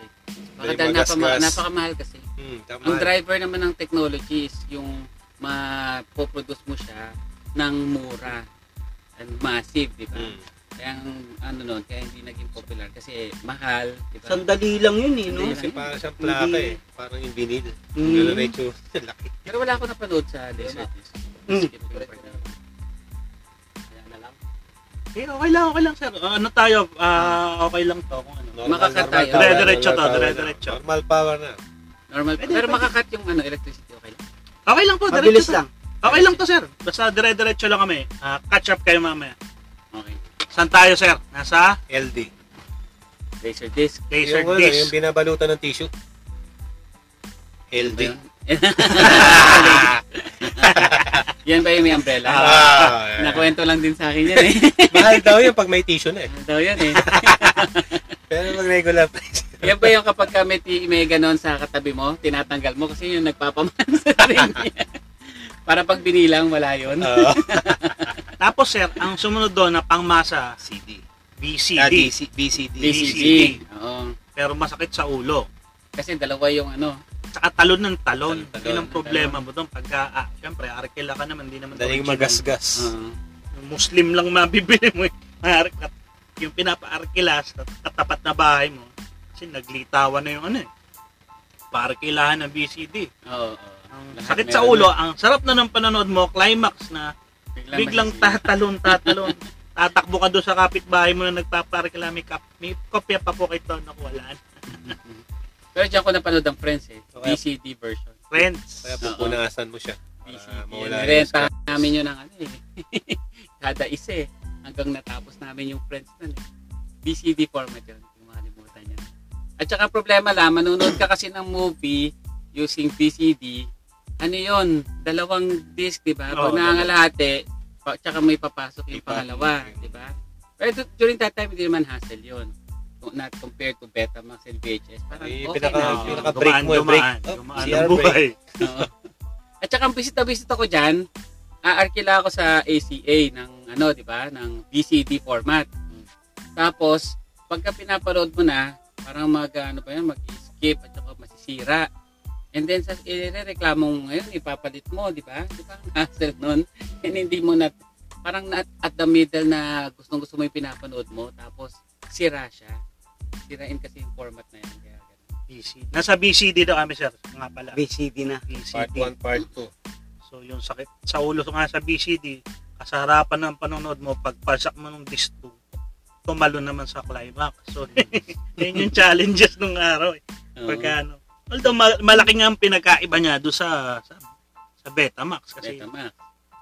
Speaker 4: Baka
Speaker 2: May
Speaker 4: dahil
Speaker 2: magasgas.
Speaker 4: napama- napakamahal kasi.
Speaker 2: Hmm, tama.
Speaker 4: Ang driver naman ng technology is yung mapoproduce mo siya ng mura and massive, di ba?
Speaker 2: Hmm.
Speaker 4: Kaya ang ano nun, kaya hindi naging popular kasi mahal, di ba?
Speaker 3: Sandali lang yun eh, no?
Speaker 4: Sandali
Speaker 2: Kasi parang siyang plaka eh. Parang yung vinil.
Speaker 3: Mm.
Speaker 2: Ganun na itsura. Laki.
Speaker 4: Pero wala ako napanood sa desert.
Speaker 2: ah.
Speaker 3: Mm.
Speaker 4: Skip ko rin. Kaya na lang.
Speaker 1: Eh, okay lang, okay lang, sir. Uh, ano tayo? Ah, okay lang to. Kung ano.
Speaker 2: Normal,
Speaker 4: Makakat
Speaker 2: normal
Speaker 4: tayo.
Speaker 2: power,
Speaker 1: Dire-diretso
Speaker 2: normal
Speaker 1: to,
Speaker 2: power na.
Speaker 1: dire-diretso.
Speaker 2: Normal power na.
Speaker 4: Normal.
Speaker 1: Pwede,
Speaker 4: pero
Speaker 1: pwede.
Speaker 4: makakat yung ano, electricity, okay lang.
Speaker 1: Okay lang po,
Speaker 3: Mabilis
Speaker 1: diretso. to.
Speaker 3: lang.
Speaker 1: Okay lang to, sir. Basta dire-diretso lang kami. Ah, catch up kayo mamaya.
Speaker 4: Okay.
Speaker 1: Saan tayo, sir? Nasa
Speaker 2: LD.
Speaker 4: Laser disc.
Speaker 1: laser
Speaker 2: yung, ano,
Speaker 1: disc.
Speaker 2: yung binabalutan ng tissue.
Speaker 4: Ano
Speaker 2: LD.
Speaker 4: yan ba yung may umbrella?
Speaker 2: Ah,
Speaker 4: Nakwento lang din sa akin yan eh.
Speaker 2: Mahal daw yun pag may tissue na eh.
Speaker 4: Ano daw yan eh.
Speaker 2: Pero pag regular price.
Speaker 4: Yan ba yung kapag ka may, ti- may ganon sa katabi mo, tinatanggal mo kasi yung nagpapamahal sa rin niya. Para pag binilang, wala yun.
Speaker 2: Oo.
Speaker 1: Tapos sir, ang sumunod doon na pangmasa,
Speaker 2: CD. Ah,
Speaker 1: VCD.
Speaker 2: DC, BCD.
Speaker 4: DCD. Oo.
Speaker 1: Pero masakit sa ulo.
Speaker 4: Kasi dalawa yung ano,
Speaker 1: Tsaka talon ng talon.
Speaker 2: Talon, talon
Speaker 1: Yun ang
Speaker 4: ng
Speaker 1: problema mo doon. Pagka, ah, syempre, arkela ka naman, di naman
Speaker 2: Daling
Speaker 1: original.
Speaker 2: magasgas.
Speaker 4: oo.
Speaker 1: Muslim lang mabibili mo. eh. Ar- at Yung pinapa-arkela sa katapat na bahay mo, kasi naglitawan na yung ano eh. Paarkilahan ng VCD.
Speaker 4: Oo.
Speaker 1: Ang
Speaker 4: Lahat
Speaker 1: sakit sa
Speaker 4: meron
Speaker 1: ulo, ang sarap na ng panonood mo, climax na, biglang
Speaker 4: masisira.
Speaker 1: tatalon, tatalon. Tatakbo ka doon sa kapitbahay mo na nagpaparkila, may, kap- may kopya pa po kito na kuwalaan.
Speaker 4: Pero diyan ko napanood ang Friends eh.
Speaker 2: Okay.
Speaker 4: DCD version.
Speaker 1: Friends.
Speaker 2: Kaya pupunasan mo siya. Para
Speaker 4: DCD.
Speaker 2: Ah, mawala yung
Speaker 4: Renta
Speaker 2: scratch.
Speaker 4: namin yun ang ano eh. Kada isa eh. Hanggang natapos namin yung Friends nun eh. DCD format yun. Kung makalimutan niya. At saka problema lang, manunood ka kasi ng movie using DCD. Ano yun? Dalawang disc, di ba?
Speaker 1: Oo,
Speaker 4: Pag nangangalahati, pa, tsaka may papasok yung
Speaker 2: Ipa-
Speaker 4: pangalawa, di ba? Pero du- during that time, hindi naman hassle yun. Not compared to Betamax and VHS. Parang
Speaker 2: Eh,
Speaker 4: okay
Speaker 2: pinaka-
Speaker 4: na.
Speaker 1: Ah,
Speaker 4: yun.
Speaker 2: pinaka- break
Speaker 1: dumaan,
Speaker 2: mo,
Speaker 1: dumaan.
Speaker 2: break. Oh,
Speaker 1: Dumaan
Speaker 2: CR
Speaker 1: ang buhay.
Speaker 4: Oo. At saka ang bisita-bisita ko dyan, aarkila ako sa ACA ng ano, 'di ba, ng VCD format. Tapos pagka pinapanood mo na, parang mag ano ba 'yan, mag-skip at saka masisira. And then sa irereklamo mo ngayon, ipapalit mo, 'di ba? 'Di ba? ang Hassle noon. And hindi mo na parang na, at the middle na gustong gusto mo yung pinapanood mo tapos sira siya. Sirain kasi yung format na yan. Kaya, ganun.
Speaker 1: BCD. Nasa BCD daw kami, sir. Nga pala.
Speaker 3: VCD na.
Speaker 2: Part
Speaker 1: BCD.
Speaker 2: 1, part 2.
Speaker 1: So, yung sakit sa ulo nga sa BCD, kasarapan ng panonood mo, pagpasak mo ng disc 2, tumalo naman sa climax. So, yun yung challenges nung araw. Eh.
Speaker 4: Oo.
Speaker 1: Pagka ano, Although ma- malaki nga ang pinagkaiba niya doon sa, sa sa Betamax kasi
Speaker 4: Betamax.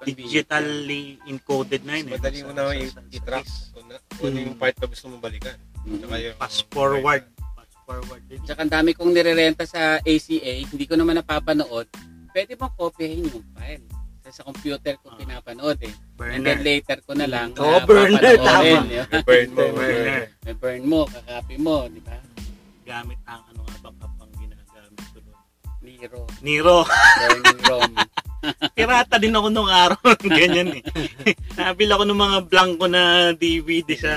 Speaker 1: digitally encoded na yun. eh.
Speaker 2: Madali mo na i-
Speaker 1: Sa- sa- sa-
Speaker 2: i-track.
Speaker 1: sa-
Speaker 2: Kung na- Kung ano yung part na gusto mong balikan. Tsaka
Speaker 4: Mm.
Speaker 2: yung-
Speaker 1: Fast forward. Fast forward din.
Speaker 4: Tsaka ang dami kong nirerenta sa ACA, hindi ko naman napapanood. Pwede bang kopyahin yung file? Kasi sa computer ko
Speaker 1: Ah.
Speaker 4: pinapanood eh. And
Speaker 1: Burner.
Speaker 4: then later ko na lang
Speaker 3: Oh, burner, tama.
Speaker 4: papanoorin, di ba?
Speaker 2: Burn mo. burn.
Speaker 1: Burner.
Speaker 4: May burn mo, kakopy mo, di ba?
Speaker 1: Gamit ang ano nga bang kapang ginagamit ko doon.
Speaker 4: Nero,
Speaker 1: Nero.
Speaker 4: burning ROM.
Speaker 1: Pirata din ako nung araw. Ganyan eh. Nabil ako ng mga blanco na DVD sa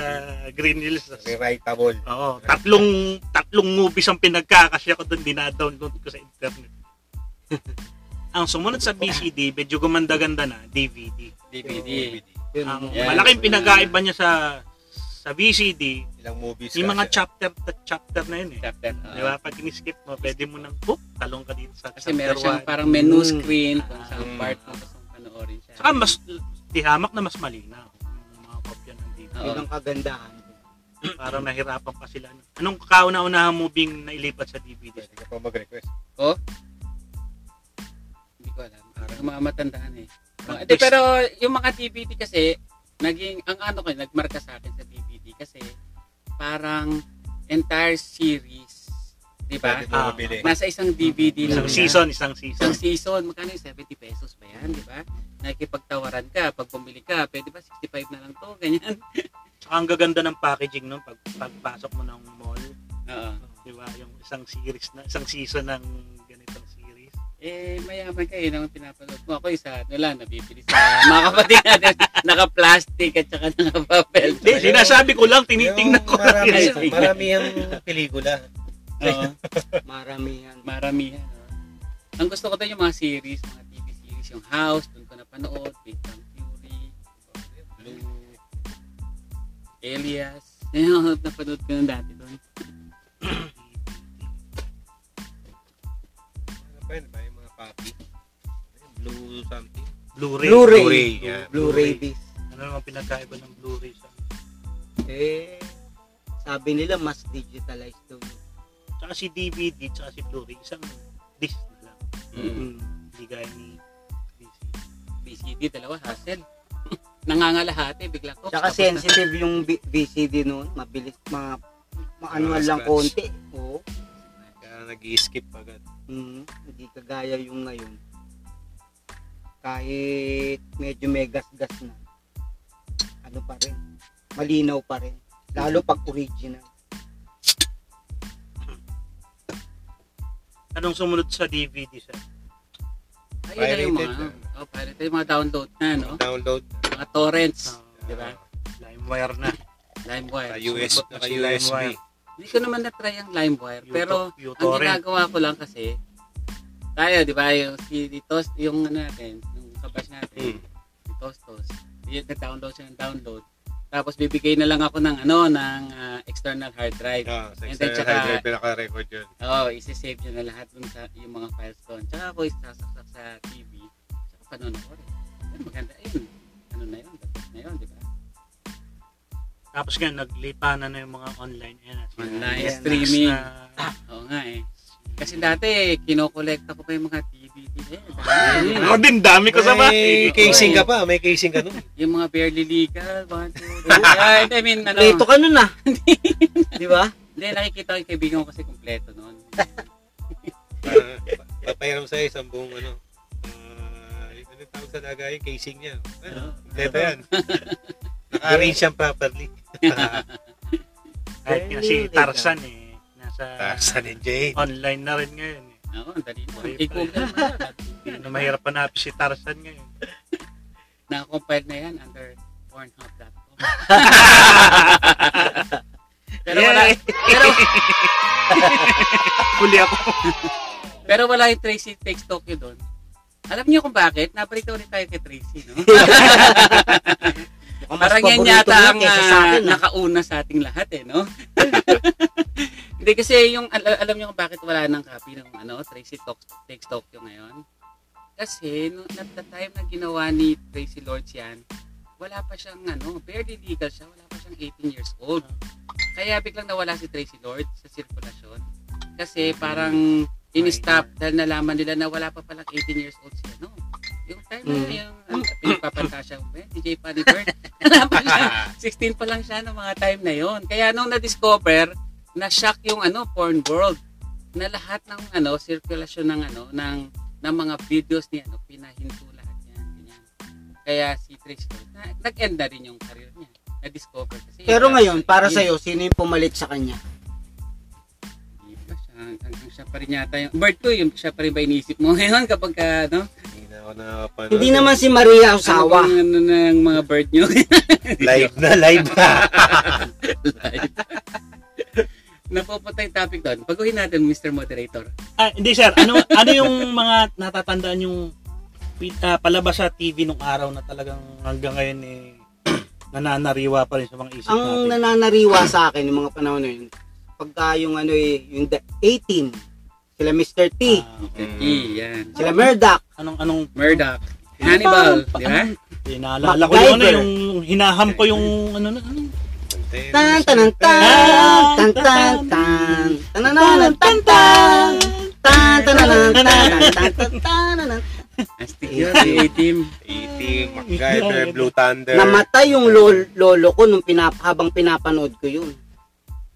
Speaker 1: Green Hills.
Speaker 2: Rewritable.
Speaker 1: Oo, tatlong tatlong movies ang pinagkakasya ko doon, dinadownload ko sa internet. ang sumunod sa BCD, medyo gumanda-ganda na, DVD.
Speaker 4: DVD.
Speaker 3: Yun.
Speaker 1: Ang
Speaker 4: Yes.
Speaker 1: malaking pinagkaiba niya sa sa VCD,
Speaker 2: Ilang movies.
Speaker 1: yung
Speaker 2: ka
Speaker 1: mga
Speaker 2: siya.
Speaker 1: chapter to chapter na yun eh.
Speaker 4: Chapter. ah.
Speaker 1: Di ba? Pag in-skip mo, pwede mo nang, boop, talong ka dito sa
Speaker 4: Kasi meron siyang
Speaker 1: one.
Speaker 4: parang menu
Speaker 3: Mm.
Speaker 4: screen kung saan
Speaker 2: Mm.
Speaker 4: part mo gusto mong panoorin siya.
Speaker 1: Saka Ah, mas, tihamak na mas malinaw. Yung mga kopya ng DVD.
Speaker 3: Yun ang kagandahan.
Speaker 1: Parang nahirapan pa sila. Anong kauna-unahang moving na ilipat sa DVD?
Speaker 2: Pwede ka pa mag-request.
Speaker 4: Hindi ko alam. Parang mga matandaan eh. Mga-
Speaker 1: Mag-
Speaker 4: di, pero yung mga DVD kasi, naging, ang ano ko, nagmarka sa akin sa DVD kasi parang entire series. Di ba?
Speaker 2: Pwede mo
Speaker 1: Ah.
Speaker 2: mabili.
Speaker 4: Nasa isang DVD
Speaker 1: Mm-hmm.
Speaker 4: lang.
Speaker 1: Isang
Speaker 4: na.
Speaker 1: season, isang
Speaker 4: Isang
Speaker 1: season.
Speaker 4: season. Magkano yung 70 pesos ba yan? Di ba? Nakikipagtawaran ka. Pag bumili ka, pwede ba 65 na lang to? Ganyan.
Speaker 1: Saka ang gaganda ng packaging nun pag pagpasok mo ng mall,
Speaker 4: Oo.
Speaker 1: di ba? Yung isang series na, isang season ng ganitong series.
Speaker 4: Eh, mayaman kayo nang pinapanood mo. Ako isa, ano lang, nabibili sa mga kapatid natin. Naka-plastic at saka naka-papel.
Speaker 1: Hindi, sinasabi ko lang, tinitingnan ko
Speaker 2: Yung
Speaker 1: lang.
Speaker 2: Marami,
Speaker 1: yun.
Speaker 2: marami ang pelikula.
Speaker 4: Oo.
Speaker 3: Maramihan.
Speaker 4: maramihan. ah. Ang gusto ko doon yung mga series, mga TV series, yung House, doon ko napanood, Big Bang Theory,
Speaker 2: Blue.
Speaker 4: Alias. Ayun, napanood ko na dati doon.
Speaker 2: Ano pa yun? Ba yung mga copy? Blue something.
Speaker 1: Blu-ray.
Speaker 3: Blu-ray.
Speaker 2: Blu-ray, yeah.
Speaker 3: Blu-ray disc.
Speaker 1: Ano naman pinagkaiba ng Blu-ray sa...
Speaker 3: Eh, sabi nila mas digitalized to.
Speaker 1: Tsaka si DVD, tsaka si Blu-ray, isang disc na lang. Mm.
Speaker 3: Mm.
Speaker 1: Hindi gaya ni VCD.
Speaker 4: BCD, dalawa, hassle. Nangangalahati, bigla ko.
Speaker 3: Tsaka sensitive yung B- VCD noon. Mabilis, mga maanual lang
Speaker 2: Scratch.
Speaker 3: konti. Oo.
Speaker 2: Kaya nag-skip agad.
Speaker 3: Mm, hindi kagaya yung ngayon. Kahit medyo may gas-gas na. Ano pa rin. Malinaw pa rin. Lalo pag original.
Speaker 1: Anong sumunod sa DVD sa...
Speaker 4: Ayun na yung mga,
Speaker 2: pirated eh.
Speaker 4: oh, pirated, yung mga download na, no?
Speaker 2: Download. Diba?
Speaker 4: Mga torrents,
Speaker 1: Uh,
Speaker 4: di ba?
Speaker 1: LimeWire na.
Speaker 4: LimeWire.
Speaker 2: Ah, Sa US,
Speaker 1: Sumagot na
Speaker 2: naka
Speaker 1: si
Speaker 2: USB.
Speaker 1: LimeWire.
Speaker 4: Hindi ko naman na-try ang LimeWire, pero
Speaker 1: U-
Speaker 4: ang
Speaker 1: U-Torrent.
Speaker 4: ginagawa ko lang kasi, tayo, di ba, yung, si, Tos, yung ano natin, yung kabash natin,
Speaker 2: Hmm.
Speaker 4: si Tostos. Yun, nag-download siya ng download. Tapos bibigay na lang ako ng ano, ng ah, external hard drive.
Speaker 2: Ah, sa
Speaker 4: And then
Speaker 2: external
Speaker 4: tsaka-
Speaker 2: hard drive naka-record yun.
Speaker 4: Oo, isi-save niya na lahat dun sa yung mga files doon. Tsaka ako isasaksak sa TV. Tsaka panonood. Ayun, maganda yun. Ano na yun, dapat na yun, di ba?
Speaker 1: Tapos nga, naglipa na na yung mga online. Ayan, at-
Speaker 4: Online
Speaker 1: Ayan,
Speaker 4: streaming.
Speaker 1: na-
Speaker 4: Oo nga eh. Kasi dati, kinokolekta ko pa yung mga DVD. Eh, dami.
Speaker 1: Ako Ano din, dami ko sa bahay.
Speaker 2: May casing ka pa. May casing ka nun.
Speaker 4: yung mga barely legal, one, two, three. Ah, I mean, ano.
Speaker 3: Ito ka nun ah. Di ba?
Speaker 4: Hindi, nakikita ko yung kaibigan ko kasi kompleto noon.
Speaker 2: Ah, Papayaram sa'yo isang buong ano. ah, ano tawag sa daga yung casing niya? Ano? Kompleto yan. Naka-arrange siya properly. Ah,
Speaker 1: Kahit nga si Tarzan eh. Nasa
Speaker 2: Tarzan
Speaker 1: eh.
Speaker 2: and Jane.
Speaker 1: online na rin ngayon eh.
Speaker 4: Oo, ang dali na.
Speaker 1: Okay,
Speaker 4: I-google mo na.
Speaker 1: Hindi na mahirap hanapin si Tarzan ngayon.
Speaker 4: Nakakompile na yan under pornhub.com. pero wala,
Speaker 1: Yay!
Speaker 4: pero,
Speaker 1: Huli ako.
Speaker 4: pero wala yung Tracy Takes Tokyo doon. Alam niyo kung bakit? Naparito ulit tayo kay Tracy, no?
Speaker 3: Mukhang mas
Speaker 4: Parang yan
Speaker 3: paborito
Speaker 4: yata
Speaker 3: mo
Speaker 4: ang
Speaker 3: kaysa sa akin,
Speaker 4: ah,
Speaker 3: ah.
Speaker 4: nakauna sa ating lahat, eh, no? Hindi kasi yung al- alam niyo kung bakit wala nang copy ng ano, Tracy Talks, Takes Tokyo ngayon. Kasi no, at the time na ginawa ni Tracy Lords yan, wala pa siyang ano, barely legal siya, wala pa siyang 18 years old. Kaya biglang nawala si Tracy Lords sa sirkulasyon. Kasi parang in-stop dahil nalaman nila na wala pa palang 18 years old sila. No. Yung time na
Speaker 3: Mm.
Speaker 4: yung ano, pinapapanta siya, eh, "Ben, DJ Funny Bird. Wala pa siya. 16 pa lang siya ng mga time na yon. Kaya nung na-discover, na-shock yung ano, porn world na lahat ng ano, sirkulasyon ng ano, ng ng mga videos ni ano, pinahinto lahat yan. Ganyan. Kaya si Trace Floyd, na, nag-end na rin yung career niya. Na-discover kasi.
Speaker 3: Pero
Speaker 4: iba-
Speaker 3: ngayon, para
Speaker 4: iba-
Speaker 3: sa iyo, sino yung pumalit sa kanya?
Speaker 4: Iba siya. Hanggang siya pa rin yata yung... Bird ko, yung siya pa rin ba inisip mo ngayon kapag ka, ano?
Speaker 2: Hindi na ako nakapanood.
Speaker 3: Hindi naman si Maria ang sawa.
Speaker 4: Ano, ano, ng mga bird nyo.
Speaker 2: Live na, live na.
Speaker 4: Napupunta yung topic doon. Paguhin natin, Mr. Moderator.
Speaker 1: Ah, hindi sir, ano ano yung mga natatandaan yung ah, palabas sa TV nung araw na talagang hanggang ngayon eh nananariwa pa rin sa mga isip
Speaker 3: Ang
Speaker 1: natin.
Speaker 3: nananariwa sa akin yung mga panahon na yun, pagka yung ano eh, yung the 18, sila Mr. T,
Speaker 1: Ah, okay.
Speaker 4: Mm. yan.
Speaker 3: sila Murdoch,
Speaker 1: anong anong
Speaker 4: Murdoch. Hannibal. Di ba?
Speaker 1: eh, naalala ko yung ano
Speaker 3: MacGyver.
Speaker 1: yung hinaham ko yung ano na ano.
Speaker 3: tan tan tan tan tan tan tan tan tan tan tan tan tan tan tan
Speaker 4: Astig yun. A-team.
Speaker 2: E E.T., MacGyver, Blue
Speaker 4: Eh.
Speaker 2: Thunder.
Speaker 3: Namatay yung lol- lolo ko nung pinap habang pinapanood ko yun.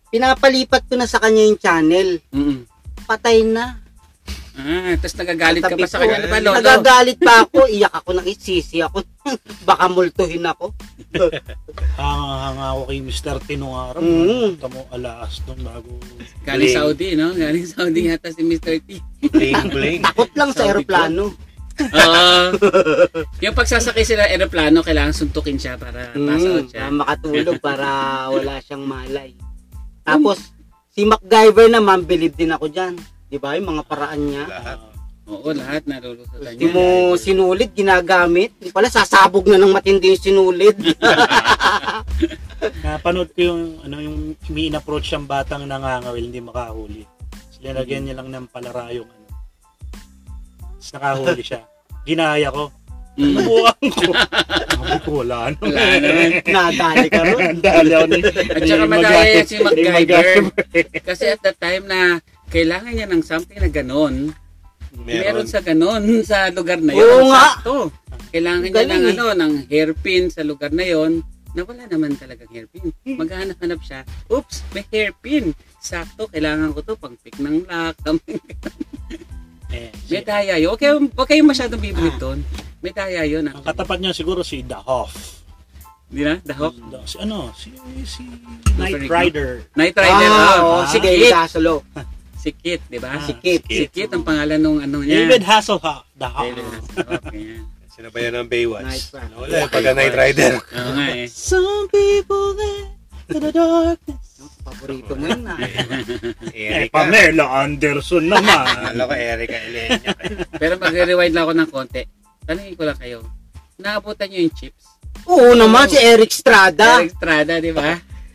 Speaker 3: Pinapalipat ko na sa kanya yung channel.
Speaker 4: Mm-mm.
Speaker 3: Patay na.
Speaker 4: Ah, tapos nagagalit ka pa sa
Speaker 3: Tabi ko.
Speaker 4: kanya. Ano ba, Lolo?
Speaker 3: Nagagalit pa ako. Iyak ako ng isisi ako. Baka multuhin ako.
Speaker 1: Hanga-hanga ako kay Mr. T nung araw.
Speaker 3: Mm.
Speaker 1: Nakita mo alas nung bago.
Speaker 4: Galing
Speaker 2: Bling.
Speaker 4: Saudi, no? Galing Saudi yata si Mr. T.
Speaker 2: Bling, bling.
Speaker 3: Takot lang sa
Speaker 4: Sabi ko.
Speaker 3: eroplano.
Speaker 4: Oo. yung pagsasakay sila ng eroplano, kailangan suntukin siya para pass
Speaker 3: Mm,
Speaker 4: out siya.
Speaker 3: para makatulog para wala siyang malay. Tapos, si MacGyver naman, believe din ako dyan. Di ba? Yung mga paraan niya.
Speaker 2: Lahat.
Speaker 1: ah,
Speaker 4: Oo, lahat nalulusutan
Speaker 3: Hindi
Speaker 4: niya.
Speaker 3: mo sinulid, ginagamit. Di pala, sasabog na ng matindi yung sinulid.
Speaker 1: Napanood ko yung ano yung may approach siyang batang nangangawil hindi makahuli. Tapos Nilagyan niya lang ng palarayong ano. Tapos nakahuli siya. Ginaya ko.
Speaker 4: Mm.
Speaker 1: Nabuwang ko. Sabi ko wala na.
Speaker 4: Wala naman.
Speaker 3: Nadali ka ron.
Speaker 1: Ang dali ako ni.
Speaker 4: At saka madaya yan si MacGyver. Kasi at that time na kailangan niya ng something na ganon. Meron,
Speaker 2: Meron.
Speaker 4: sa ganon sa lugar na yun.
Speaker 3: Oo nga.
Speaker 4: Sakto. Kailangan niya
Speaker 3: Galing
Speaker 4: ng,
Speaker 3: eh.
Speaker 4: ano, ng hairpin sa lugar na yon na wala naman talagang hairpin. Maghanap-hanap siya. Oops, may hairpin. Sakto, kailangan ko to pang pick ng lock.
Speaker 1: Eh, si-
Speaker 4: may daya yun. Okay, huwag kayong masyadong
Speaker 3: Ah.
Speaker 4: bibigit doon. May daya yun.
Speaker 1: Ang
Speaker 4: actually.
Speaker 1: katapat niya siguro si The Hoff.
Speaker 4: Di na? The Hawk?
Speaker 3: Ah.
Speaker 1: The- Si ano? Si, si
Speaker 4: Rico.
Speaker 1: Knight Rider.
Speaker 4: Night Rider.
Speaker 3: Ah,
Speaker 4: oh.
Speaker 3: oo,
Speaker 1: ah.
Speaker 4: si
Speaker 3: sige,
Speaker 4: Kit.
Speaker 3: ikasalo.
Speaker 4: Si Kit, di ba?
Speaker 1: Ah,
Speaker 4: Si,
Speaker 3: Si Kit.
Speaker 4: si Kit ang pangalan nung ano niya.
Speaker 1: David Hasselhoff. The Hoff.
Speaker 4: David Ah, Hasselhoff, yan.
Speaker 2: Sinabayan ng Baywatch.
Speaker 3: Night Rider.
Speaker 2: Ano, Wala, pagka Night Rider.
Speaker 4: Oo nga eh.
Speaker 1: Some people there in the darkness.
Speaker 3: Paborito mo yun ah.
Speaker 1: Eh,
Speaker 2: Erika.
Speaker 1: Pamela Anderson naman.
Speaker 2: Akala ko Erika Elena.
Speaker 4: Pero mag-rewind lang ako ng konti. Tanungin ko lang kayo. Naabutan nyo yung chips?
Speaker 3: Oo naman, si Eric Strada.
Speaker 4: Eric Estrada, di ba?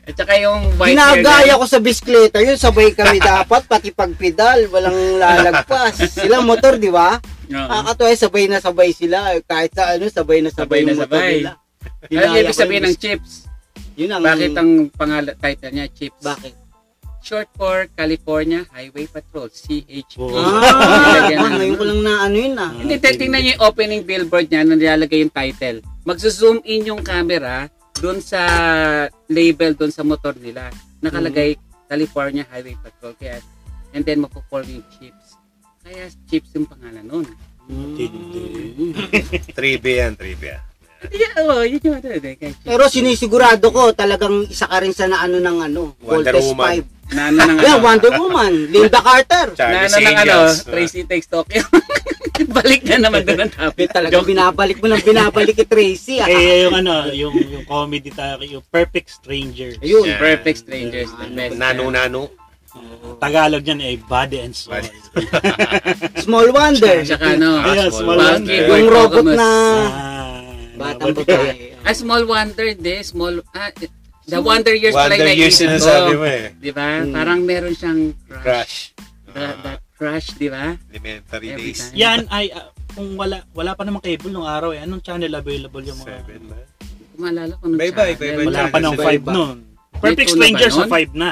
Speaker 4: At saka yung white hair
Speaker 3: Ginagaya
Speaker 4: guy.
Speaker 3: ko sa bisikleta yun, sabay kami dapat, pati pagpedal, walang lalagpas. Sila motor, di ba?
Speaker 4: Oo. Ano
Speaker 3: Kakatuwa, sabay na sabay sila. Kahit sa ano, sabay na sabay,
Speaker 4: Sabay na
Speaker 3: yung motor
Speaker 4: sabay.
Speaker 3: nila.
Speaker 4: Ano yung
Speaker 3: Ginaya
Speaker 4: ibig
Speaker 3: ko
Speaker 4: sabihin
Speaker 3: yun.
Speaker 4: ng chips?
Speaker 3: Yun ang...
Speaker 4: Bakit ang pangalan, title niya, chips?
Speaker 3: Bakit?
Speaker 4: Short for California Highway Patrol, CHP.
Speaker 1: Oh.
Speaker 3: Ah,
Speaker 4: Nilagyan ng-
Speaker 3: ngayon ko lang na ano yun ah.
Speaker 4: Hindi, te- tingnan niyo yung opening billboard niya na nilalagay yung title. Magzo-zoom in yung camera doon sa label, doon sa motor nila. Nakalagay California Highway Patrol. Kaya, and then mapuporn yung chips. Kaya chips yung pangalan nun.
Speaker 1: Hindi.
Speaker 2: Trivia yan, trivia.
Speaker 4: Yeah, oh, yun yung ano. eh, kaya chips.
Speaker 3: Pero sinisigurado ko, talagang isa ka rin sa naano ng ano,
Speaker 2: Wonder
Speaker 3: Voltes
Speaker 2: Woman.
Speaker 3: 5.
Speaker 4: Na ano ng
Speaker 3: Yeah,
Speaker 4: ano.
Speaker 3: Wonder Woman, Linda Carter.
Speaker 4: Na
Speaker 2: Charlie's
Speaker 4: ano ng ano.
Speaker 2: Angels.
Speaker 4: Tracy Takes Tokyo. Balik na naman doon ang
Speaker 3: Eh,
Speaker 4: topic.
Speaker 3: talagang binabalik mo lang binabalik kay Tracy ah.
Speaker 1: Eh, yung ano, yung, yung comedy tayo, yung Perfect Strangers.
Speaker 3: Ayun.
Speaker 2: Yeah.
Speaker 4: Perfect Strangers. the
Speaker 3: Ano,
Speaker 4: best.
Speaker 2: Nano-nano.
Speaker 1: Tagalog yan ay body and soul.
Speaker 2: Body.
Speaker 3: Small Wonder.
Speaker 4: Tsaka ano.
Speaker 1: Ayun, small
Speaker 4: Basket.
Speaker 1: wonder.
Speaker 3: Yung robot na
Speaker 1: Ah,
Speaker 3: batang
Speaker 1: nabati-
Speaker 3: babae.
Speaker 4: A Ah, small wonder, de, small, ah, the wonder years pala
Speaker 2: Wonder
Speaker 4: yung
Speaker 2: Years
Speaker 4: naisip ko.
Speaker 2: sinasabi mo eh.
Speaker 4: Di ba?
Speaker 3: Mm.
Speaker 4: Parang meron siyang crush.
Speaker 2: Crush.
Speaker 4: The-
Speaker 2: Ah,
Speaker 4: that crush, di ba?
Speaker 2: Elementary
Speaker 4: Every
Speaker 2: days.
Speaker 4: time.
Speaker 1: Yan ay, ah, kung wala, wala pa namang cable nung araw eh, anong channel available yung mga...
Speaker 2: Seven ba?
Speaker 4: Hindi ko maalala kung anong
Speaker 2: Bye-bye,
Speaker 4: channel.
Speaker 2: bye-bye.
Speaker 1: Wala pa ng
Speaker 2: Iba-iba.
Speaker 1: 5 noon. Perfect
Speaker 4: May two na ba
Speaker 1: Strangers sa
Speaker 4: nun?
Speaker 1: 5 na.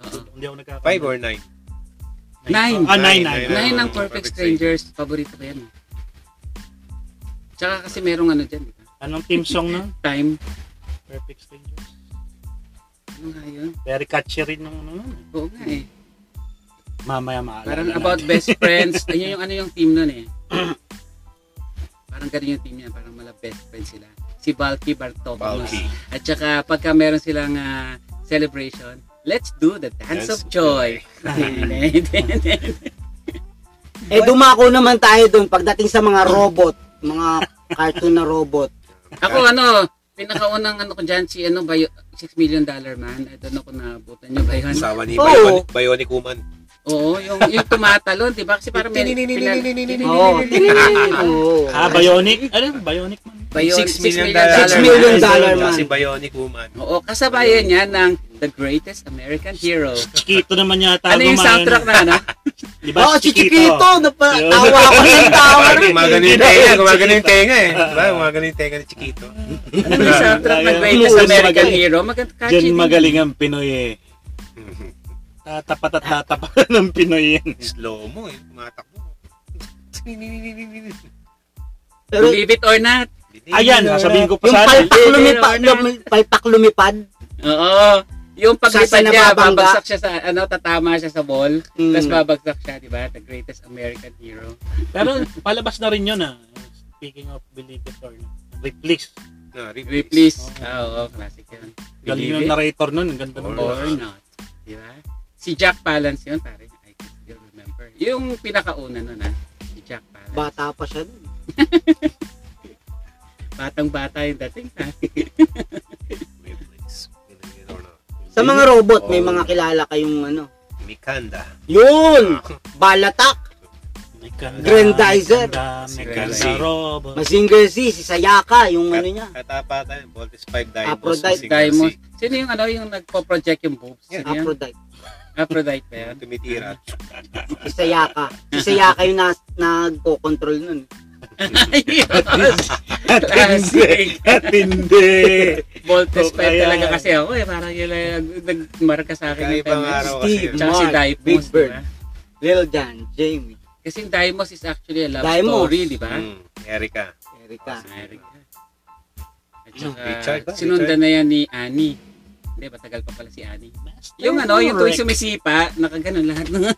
Speaker 4: Oo.
Speaker 1: Hindi ako nagkakamali.
Speaker 2: Five or nine?
Speaker 4: Nine.
Speaker 1: Ah, nine, nine.
Speaker 4: Nine ang Perfect Strangers. Paborito ko yan. Tsaka kasi merong ano dyan, di ba?
Speaker 1: Anong team song nun?
Speaker 4: Time.
Speaker 1: Perfect Strangers.
Speaker 4: Ano nga yun?
Speaker 1: Very catchy rin ng ano nun.
Speaker 4: Oo nga eh.
Speaker 1: Mamaya maalala.
Speaker 4: Parang
Speaker 1: natin.
Speaker 4: about best friends. Ayun yung ano yung team nun eh. parang ganun yung team niya. Parang mala best friends sila. Si Balky Bartopoulos.
Speaker 5: Balky.
Speaker 4: At saka pagka meron silang ah, celebration, let's do the dance
Speaker 5: Dance
Speaker 4: of joy.
Speaker 3: Eh, dumako naman tayo doon pagdating sa mga robot, mga cartoon na robot.
Speaker 4: Ako ano, pinakaunang ano ko dyan, si ano, Bio, 6 million dollar man. I don't know kung naabutan nyo ba yun.
Speaker 5: Asawa ni
Speaker 3: Oo.
Speaker 5: Bayon.
Speaker 2: Bionic Woman.
Speaker 4: Oo, yung, yung tumatalon, di ba? Kasi parang may...
Speaker 3: Oo. Oo.
Speaker 1: Ah, Bionic? Ano yun? Bionic man.
Speaker 4: Bayon, 6 million dollar.
Speaker 3: Six million
Speaker 4: man.
Speaker 3: dollar man.
Speaker 2: Si Bionic Woman.
Speaker 4: Oo, kasabayan niya ng The Greatest American Hero.
Speaker 1: Chiquito naman yata.
Speaker 4: Ano yung
Speaker 1: gumawa
Speaker 4: soundtrack
Speaker 1: nun.
Speaker 4: na ano?
Speaker 1: Di ba?
Speaker 3: Oh, si Chiquito, napatawa ako ng tawa
Speaker 2: Parang
Speaker 3: rin.
Speaker 2: gumagano yung tenga, gumagano yung tenga eh. Diba? Gumagano yung tenga ni Chiquito.
Speaker 4: Ano yung soundtrack ng Greatest
Speaker 1: Yes,
Speaker 4: American
Speaker 1: magaling.
Speaker 4: Hero? Maganda catchy
Speaker 1: Diyan
Speaker 4: din.
Speaker 1: magaling ang Pinoy eh. Tatapat at tatapat ng Pinoy yan.
Speaker 2: Slow mo eh, tumatakbo.
Speaker 3: Pero
Speaker 4: Believe it or not.
Speaker 1: Ayan, sasabihin ko pa
Speaker 3: yung
Speaker 1: sa atin.
Speaker 3: palpak lumipad, lumi- palpak lumipad.
Speaker 4: Oo. Yung paglipad
Speaker 3: Saan siya
Speaker 4: niya,
Speaker 3: nababangga?
Speaker 4: babagsak siya sa, ano, tatama siya sa ball.
Speaker 1: Hmm.
Speaker 3: Mm.
Speaker 4: Tapos babagsak siya, di ba? The greatest American hero.
Speaker 1: Pero palabas na rin yun ah. Speaking of believe it or not. Replace.
Speaker 2: Ah,
Speaker 4: Please. Ah, Oo, classic yun.
Speaker 1: Oh. Galing
Speaker 4: Believe
Speaker 1: yung
Speaker 4: it Oh,
Speaker 1: narrator nun. Ang ganda ng
Speaker 4: or
Speaker 1: boses.
Speaker 4: not. Di ba? Si Jack Palance yun, pare. I can still remember. Yung pinakauna nun, ha? Si Jack Palance.
Speaker 3: Bata pa siya nun.
Speaker 4: Batang-bata yung dating, ah. ha?
Speaker 3: Sa mga robot, may mga kilala kayong ano.
Speaker 2: Mikanda.
Speaker 3: Yun! Balatak,
Speaker 1: May ganda,
Speaker 3: Grandizer.
Speaker 1: may ganda, May
Speaker 4: Si
Speaker 1: ganda,
Speaker 4: Grandizer.
Speaker 1: robot.
Speaker 3: Mazinger Z, si Sayaka, yung ano niya.
Speaker 2: Katapatan, Voltes 5 Dinos.
Speaker 3: Aphrodite.
Speaker 4: Diamond. Sino yung ano, yung nagpo-project yung boobs? Sino yun?
Speaker 3: Aphrodite,
Speaker 4: Aphrodite ba yan?
Speaker 2: Tumitira.
Speaker 3: si Sayaka. Si Sayaka yung nas, nagko-control nun.
Speaker 4: Ayos!
Speaker 1: At hindi. At hindi.
Speaker 4: Ah, Voltes
Speaker 1: Oh,
Speaker 4: pa
Speaker 1: ayan.
Speaker 4: talaga kasi ako eh. Parang yun lang nag- nagmarka sa akin yung
Speaker 2: Kakaibang
Speaker 4: feminist.
Speaker 2: araw kasi.
Speaker 3: Steve.
Speaker 4: Tsaka si
Speaker 3: Mark,
Speaker 4: Diamond.
Speaker 3: Big Bird.
Speaker 4: diba?
Speaker 3: Lil Jan, Jamie,
Speaker 4: Kasi yung Dimos is actually a love
Speaker 3: Dimos.
Speaker 4: story, di ba?
Speaker 2: Mm, Erika.
Speaker 3: Erika.
Speaker 4: America. At
Speaker 2: Richard ba?
Speaker 4: saka, sinundan na yan ni Annie. Hindi, matagal pa pala si Annie. Yung ano, yung tuwing sumisipa, nakaganon lahat ng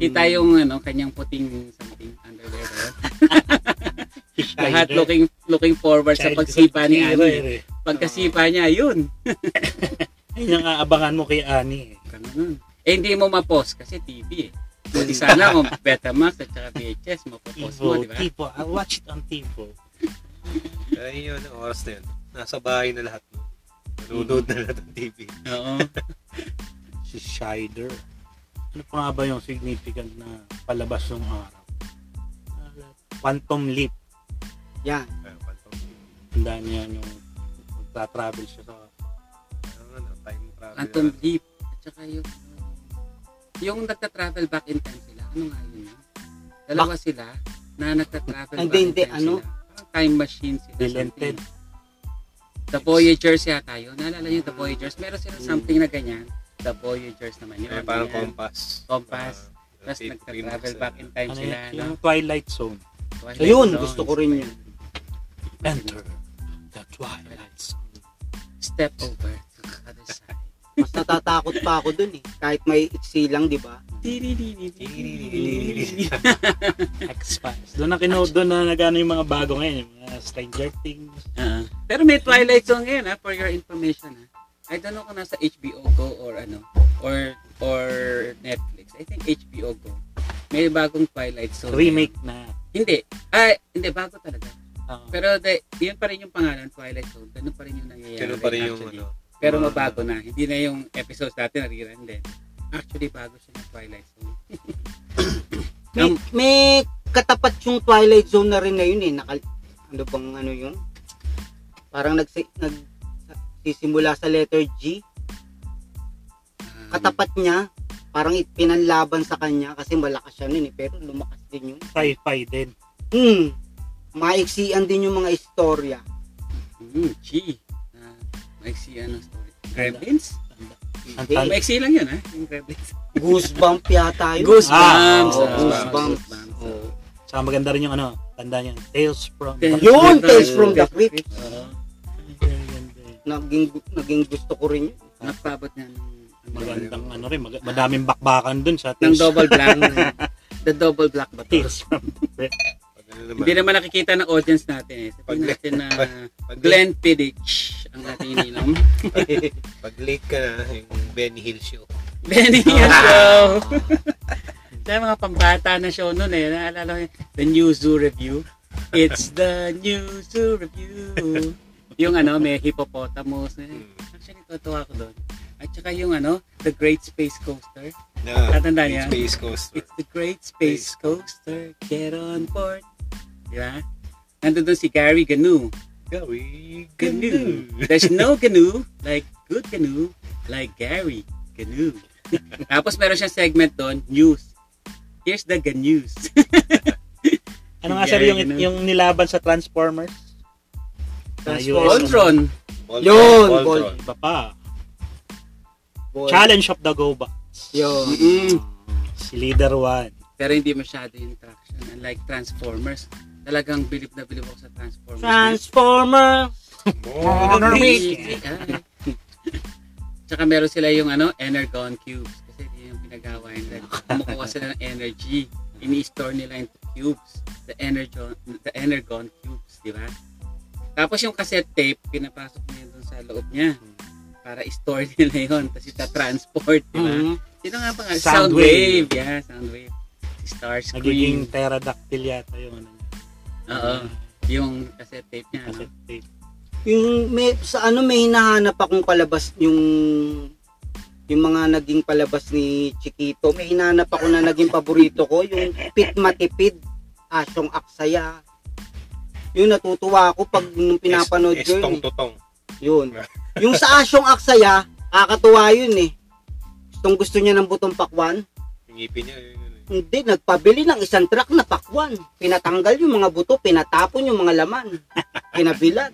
Speaker 4: Kita
Speaker 2: Mm.
Speaker 4: yung ano, kanyang puting something underwear. diba? lahat looking looking forward sa pagsipa ni Annie. Pagkasipa niya, yun.
Speaker 1: Ayun yung aabangan mo kay Ani.
Speaker 4: Ganun. Eh, hindi mo mapos kasi TV eh. Buti sana kung Betamax at saka VHS, mapapos mo,
Speaker 1: Tivo,
Speaker 4: Oh, di ba?
Speaker 1: Tivo. I'll watch it on Tivo.
Speaker 2: Kaya yun, yung oras na yun. Nasa bahay na lahat. no? Nanonood na lahat ng TV.
Speaker 4: Oo.
Speaker 1: Si Shider. Ano pa nga ba yung significant na palabas ng araw? Ah, Phantom Leap.
Speaker 3: Yan.
Speaker 2: Ah, pantong.
Speaker 1: Tandaan niya yung magta-travel siya sa
Speaker 2: Parang ano, time travel.
Speaker 4: Anton Deep. At saka yung, yung nagta-travel back in time sila, ano nga yun? no? Dalawa sila na nagta-travel
Speaker 3: Hindi,
Speaker 4: back in
Speaker 3: hindi,
Speaker 4: time
Speaker 3: ano?
Speaker 4: sila. Parang time machine sila.
Speaker 1: Relented.
Speaker 4: something. The Voyagers yata yun. Naalala niyo The Voyagers? Meron
Speaker 3: Hmm.
Speaker 4: silang something na ganyan. The Voyagers naman yun.
Speaker 2: Eh, parang
Speaker 4: ganyan.
Speaker 2: compass.
Speaker 4: Compass.
Speaker 2: Ah,
Speaker 4: Tapos
Speaker 2: tape
Speaker 4: nagta-travel
Speaker 2: remix,
Speaker 4: back
Speaker 2: ah.
Speaker 4: in time
Speaker 1: ano
Speaker 4: sila.
Speaker 1: yun?
Speaker 4: No?
Speaker 1: yung Twilight Zone.
Speaker 4: Twilight
Speaker 3: Ayun,
Speaker 4: Zone.
Speaker 3: gusto ko rin yun.
Speaker 1: Enter the Twilight Zone.
Speaker 4: Step over to the other side.
Speaker 3: Mas natatakot pa ako dun eh. Kahit may iksi lang, di ba?
Speaker 1: X-Files. Doon na kinu doon na nagano yung mga bago ngayon, yung mga Stranger Things.
Speaker 4: Ah. Pero may Twilight Zone ngayon ha, for your information ha. I don't know kung nasa HBO Go or ano, or or Netflix. I think HBO Go. May bagong Twilight Zone.
Speaker 1: Remake na.
Speaker 4: ngayon. Hindi. Ah, hindi. Bago talaga.
Speaker 1: ah,
Speaker 4: Pero the, yun pa rin yung pangalan, Twilight Zone. Ganun pa rin yung nangyayari.
Speaker 2: Ganun pa rin yung
Speaker 4: actually.
Speaker 2: ano.
Speaker 4: Pero
Speaker 3: Mm.
Speaker 2: mga-
Speaker 4: mabago na. Hindi na yung episodes natin nariran din. Actually, bago siya ng Twilight Zone.
Speaker 3: May,
Speaker 4: Um,
Speaker 3: may katapat yung Twilight Zone na rin na yun eh. Nakal ano bang ano yun? Parang nagsi nagsisimula sa letter G.
Speaker 4: um,
Speaker 3: Katapat niya, parang it- pinanlaban sa kanya kasi malakas siya nun eh. Pero lumakas din yun.
Speaker 1: sci-fi din.
Speaker 3: Hmm. Maiksian din yung mga istorya.
Speaker 4: Mm, gee. Uh, Mike, si ano story? Gremlins?
Speaker 1: Tanda. Ang
Speaker 3: Hey,
Speaker 1: tal-
Speaker 4: Maiksi lang yun, ha? Yung Rebels.
Speaker 3: Goosebump yata yun.
Speaker 4: Goosebumps.
Speaker 1: Ah,
Speaker 3: Oo,
Speaker 4: Ah,
Speaker 3: goosebumps.
Speaker 4: goosebumps.
Speaker 3: Oo.
Speaker 1: Saka maganda rin yung ano, tanda niya. Tales from... Ah,
Speaker 4: Tales.
Speaker 3: Yun,
Speaker 4: Goosebumps.
Speaker 3: Tales from the Crypt.
Speaker 4: Oo.
Speaker 3: Naging, naging gusto ko rin yun.
Speaker 4: Nagpabot niya ng...
Speaker 1: Magandang ano rin, mag- madaming bakbakan dun sa
Speaker 4: Ng
Speaker 1: Tales,
Speaker 4: double black. the double black ba to?
Speaker 1: Tales from...
Speaker 2: Pag ano naman,
Speaker 4: Hindi naman nakikita ng audience natin eh. Sabihin
Speaker 2: Pag-
Speaker 4: natin na
Speaker 2: pag,
Speaker 4: Glenn Pidich ang ating ininom.
Speaker 2: pag late ka na, yung Benny Hill show.
Speaker 4: Benny yung show. Sa mga pambata na show noon eh. Naalala ko yun, The New Zoo Review. It's the New Zoo Review. Yung ano, may hippopotamus. Eh.
Speaker 2: Hmm.
Speaker 4: Actually, totoo ako doon. At saka yung ano, The Great Space Coaster.
Speaker 2: Na,
Speaker 4: Tatanda niya?
Speaker 2: Space Coaster.
Speaker 4: Ano It's the Great Space Coaster. Get on board. Di ba? Nandun doon si Gary Ganu.
Speaker 2: Gawi,
Speaker 4: Ganu. There's no Ganu like good Ganu like Gary Ganu. Tapos meron siyang segment doon, news. Here's the Ganews.
Speaker 1: Ano nga sir, yung,
Speaker 4: Ganun.
Speaker 1: yung nilaban sa Transformers? Transformers.
Speaker 4: Voltron.
Speaker 3: Yun,
Speaker 2: Voltron.
Speaker 1: Iba pa.
Speaker 3: Boy.
Speaker 1: Challenge of the GoBots.
Speaker 3: Yun.
Speaker 4: Mm-mm.
Speaker 1: Si Leader 1.
Speaker 4: Pero hindi masyado yung traction. Unlike Transformers. Talagang bilib na bilib ako sa Transformers.
Speaker 3: Transformer.
Speaker 2: Voltron.
Speaker 4: Transformers. Tsaka meron sila yung ano, Energon Cubes. Kasi yun yung pinagawa nila. Kumukuha sila ng energy. Ini-store nila into cubes. The Energon, the Energon Cubes, di ba? Tapos yung cassette tape, pinapasok niya doon sa loob niya. Para i-store nila yun. Tapos ita-transport, di ba?
Speaker 3: Mhm.
Speaker 4: Sino nga pa nga?
Speaker 1: Soundwave.
Speaker 4: Soundwave. Yeah, Soundwave. Starscream.
Speaker 1: Nagiging pterodactyl yata yung ano niya.
Speaker 4: Oo. Yung cassette tape niya. Ano?
Speaker 1: Cassette tape.
Speaker 3: Yung may, sa ano may hinahanap akong palabas yung yung mga naging palabas ni Chiquito. May hinahanap ako na naging paborito ko, yung Pit Matipid, Asyong Aksaya. Yung natutuwa ako pag nung pinapanood ko yun.
Speaker 2: Estong totong.
Speaker 3: eh. Yun. Yung sa Asyong Aksaya, kakatuwa yun eh. Gustong gusto niya ng butong pakwan.
Speaker 2: Yung ngipin niya. yun, yun, yun.
Speaker 3: Hindi, nagpabili ng isang truck na pakwan. Pinatanggal yung mga buto, pinatapon yung mga laman. Pinabilad.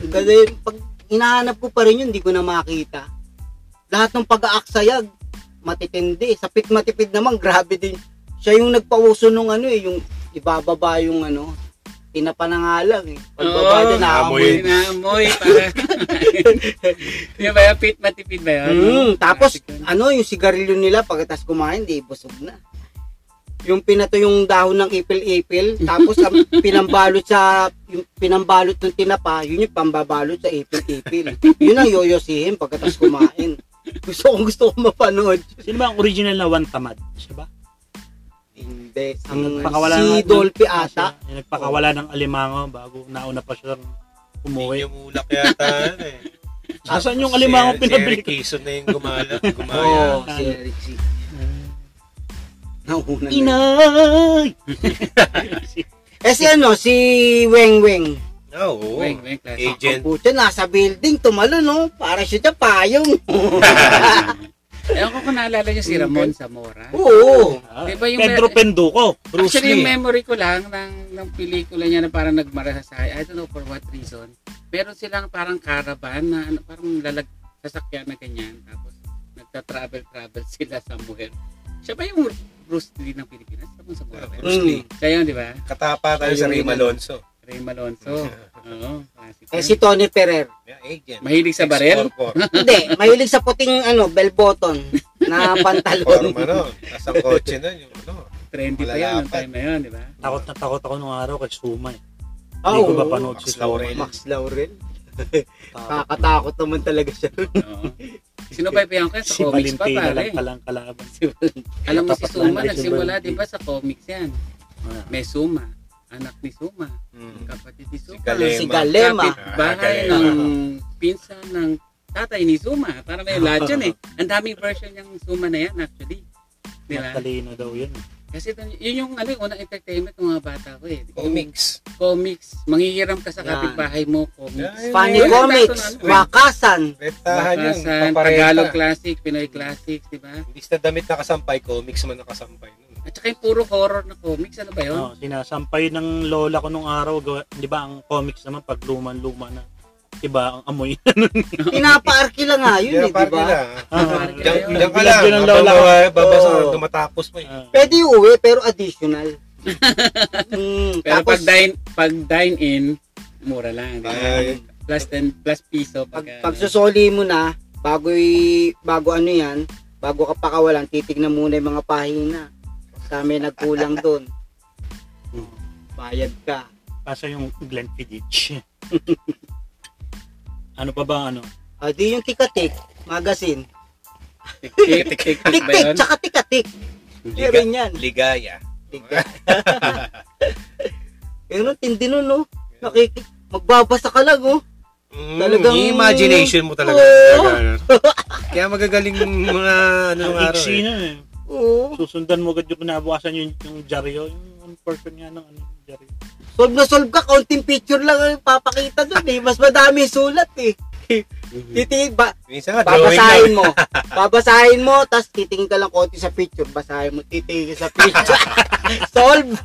Speaker 3: Ganun, pag hinahanap ko pa rin yun, hindi ko na makita. Lahat ng pag-aaksayag, matitindi. Sa pitmatipid naman, grabe din. Siya yung nagpauso nung ano eh, yung ibababa yung ano, tinapanangalang eh. Pagbaba
Speaker 4: Oo,
Speaker 3: oh, na
Speaker 2: amoy.
Speaker 3: amoy.
Speaker 4: Inaamoy para. Yung ba yung pit matipid ba yun?
Speaker 3: Mm, tapos
Speaker 4: Classic yun.
Speaker 3: ano yung sigarilyo nila pagkatapos kumain, di busog na. Yung pinato yung dahon ng ipil-ipil, tapos ang pinambalot sa yung pinambalot ng tinapa, yun yung pambabalot sa ipil-ipil. Yun ang yoyosihin pagkatapos kumain. Gusto kong gusto kong mapanood.
Speaker 1: Sino ba ang original na One Tamad? Siya ba?
Speaker 3: Hindi.
Speaker 1: Ang
Speaker 4: Mm,
Speaker 3: Ang
Speaker 1: pakawala
Speaker 3: si
Speaker 1: ng-
Speaker 3: Dolphy ata.
Speaker 1: Siya, yung nagpakawala ng alimango bago nauna pa siyang
Speaker 2: Hindi
Speaker 1: umuwi.
Speaker 2: niya mulak yata. ano eh.
Speaker 1: Ah, saan yung alimango
Speaker 2: Si-
Speaker 1: pinabili
Speaker 2: Si Eric
Speaker 1: ko?
Speaker 2: Quezon na yung gumala. Gumaya.
Speaker 3: Oo, Oh, si Eric C. Nauna na yun.
Speaker 1: Inay!
Speaker 3: Eh si ano, si Weng Weng.
Speaker 2: Ah, Oo.
Speaker 4: Weng, weng, classic.
Speaker 2: Agent.
Speaker 3: Ang putya, nasa building, tumalo no. Para siya dyan, payong. Eh.
Speaker 4: Ewan ko kung naalala niyo si Ramon Zamora.
Speaker 3: Oh, Oo.
Speaker 1: Ah,
Speaker 4: Di ba yung
Speaker 1: Pedro
Speaker 4: mer-
Speaker 1: Penduko. Bruce
Speaker 4: Actually, yung
Speaker 1: Lee.
Speaker 4: memory ko lang ng, ng pelikula niya na parang nagmarasasay. I don't know for what reason. Meron silang parang caravan na ano, parang lalag sasakyan na ganyan. Tapos nagta-travel-travel sila somewhere. Siya ba yung Bruce Lee ng Pilipinas? Ramon Zamora. ba yun?
Speaker 2: Bruce Lee.
Speaker 3: Mm.
Speaker 4: Siya yun, di ba?
Speaker 2: Katapa tayo sa Ray Malonzo.
Speaker 4: Ray Malonzo. Oo, classic.
Speaker 3: Eh si Tony Ferrer.
Speaker 2: Yeah, agent.
Speaker 4: Mahilig sa baril?
Speaker 2: Or
Speaker 3: Hindi, mahilig sa puting ano, bell button na pantalon.
Speaker 2: ano, nasa kotse na yung ano.
Speaker 4: Trendy pa yun noong time na yun, di ba?
Speaker 1: Takot na takot ako nung araw kay eh. Sumay. Hindi
Speaker 3: Oo.
Speaker 1: ko ba panood si
Speaker 2: Max Laurel.
Speaker 1: Sumay?
Speaker 3: Max Laurel.
Speaker 4: Ah,
Speaker 1: Takot.
Speaker 3: Kakatakot naman talaga siya.
Speaker 4: Oo. Sino pa yung kaya sa
Speaker 1: Si
Speaker 4: comics pa
Speaker 1: Valentina lang
Speaker 4: pare?
Speaker 1: palang kalaban.
Speaker 4: Alam mo si
Speaker 1: Tapat
Speaker 4: Suma
Speaker 1: lang kay
Speaker 4: nagsimula
Speaker 1: Valentina.
Speaker 4: di ba sa comics yan?
Speaker 1: Ah.
Speaker 4: May Suma, anak ni Suma,
Speaker 2: Mm.
Speaker 4: kapatid ni Suma.
Speaker 2: Si Galema.
Speaker 3: Si Galema.
Speaker 4: Bahay
Speaker 2: Ah, Galema.
Speaker 4: ng pinsan ng tatay ni Suma. Para may lahat yan eh. Ang daming version ng Suma na yan actually. Di ba?
Speaker 1: Matalino daw yun.
Speaker 4: Kasi dun- yun yung ano, yung unang entertainment ng mga bata ko eh. Yung
Speaker 2: Comics.
Speaker 4: Comics. Manghihiram ka sa
Speaker 3: Yan.
Speaker 4: kapitbahay mo, comics.
Speaker 2: Yan.
Speaker 3: Funny
Speaker 4: Wala
Speaker 3: Comics,
Speaker 4: tayo ng ano.
Speaker 3: Wakasan.
Speaker 2: Rentahan yun.
Speaker 4: Bakasan,
Speaker 2: paparenta.
Speaker 4: Tagalog classic, Pinoy classic, di ba?
Speaker 2: Imbis na damit nakasampay, comics man nakasampay. nun.
Speaker 4: At saka yung puro horror na comics, ano ba yun?
Speaker 1: Ah, Oh, sinasampay ng lola ko nung araw. gawa- Di ba ang comics naman pag luma-luma na
Speaker 5: Iba ang amoy.
Speaker 3: Pinapaarki lang nga yun, eh, di
Speaker 2: parang
Speaker 3: ba?
Speaker 2: nila.
Speaker 5: Ah.
Speaker 4: Diyan-
Speaker 2: Diyan diyan ka lang.
Speaker 5: Bilagyan ng lawla.
Speaker 2: Babawa- babasa,
Speaker 3: Oo.
Speaker 2: dumatapos mo eh.
Speaker 5: Ah.
Speaker 3: Pwede uwi, pero additional. Mm,
Speaker 4: Pero
Speaker 3: tapos, hmm,
Speaker 4: pag dine pag dine in, mura
Speaker 2: Ah.
Speaker 4: lang. di ba?
Speaker 2: Ay,
Speaker 4: Plus 10 plus piso ano,
Speaker 3: pag,
Speaker 4: pagka-
Speaker 3: pagsusoli mo na, bago, y- bago ano yan, bago ka pakawalan, titignan muna yung mga pahina. Kami nagkulang doon. Hmm. Bayad ka.
Speaker 5: Kaso yung Glenfiddich. ano pa ba ang ano?
Speaker 3: Ah, di yung tikatik, magasin.
Speaker 4: Tik-tik, tik-tik ba yun?
Speaker 3: Tik-tik, tsaka tikatik. Meron yan.
Speaker 2: Ligaya.
Speaker 3: Pero tindi nun, no? Nakikik magbabasa ka lang, oh.
Speaker 2: Mm,
Speaker 3: Talagang-
Speaker 2: yung imagination mo talaga.
Speaker 3: Oo.
Speaker 2: Talaga. Kaya magagaling mga ano
Speaker 5: Ang
Speaker 2: nung araw
Speaker 5: iksi
Speaker 2: eh.
Speaker 5: nun eh.
Speaker 3: Oo.
Speaker 5: Susundan mo agad yung pinabukasan yung, yung Jaryo. Yung person nga ng ano, Jaryo.
Speaker 3: Solve na solve ka, konting picture lang ang papakita doon, eh. Mas madami sulat, eh. Titingin ba?
Speaker 2: Minsan nga, Mhm. drawing lang.
Speaker 3: Babasahin mo. Babasahin mo, tapos titingin ka lang konti sa picture. Basahin mo, titingin ka sa picture. solve!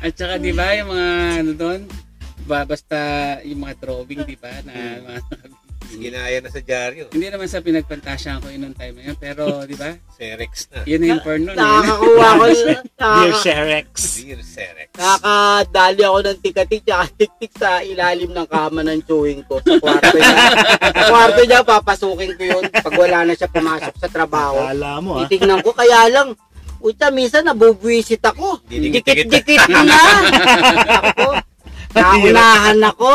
Speaker 4: At saka di ba yung mga ano doon, ba, basta yung mga drawing di ba na mga,
Speaker 2: Ginaya na sa dyaryo.
Speaker 4: hindi naman sa pinagpantasyahan ko yun noong time na yun pero di ba
Speaker 2: Serex na.
Speaker 4: yun yung porn noon eh.
Speaker 3: Nakakakuha ko.
Speaker 4: Ah.
Speaker 5: Dear
Speaker 3: nakaka-
Speaker 5: Serex.
Speaker 2: Dear Serex.
Speaker 3: Nakadali ako ng tikatik tsaka tiktik sa ilalim ng kama ng chewing ko sa kwarto niya. sa kwarto niya, papasukin ko yun pag wala na siya pumasok sa trabaho.
Speaker 5: Kala mo ah.
Speaker 3: Titignan ko, kaya lang, Uta, minsan nabubwisit ako.
Speaker 2: Didikit-dikit.
Speaker 3: Dikit-dikit na. ako, naunahan ako.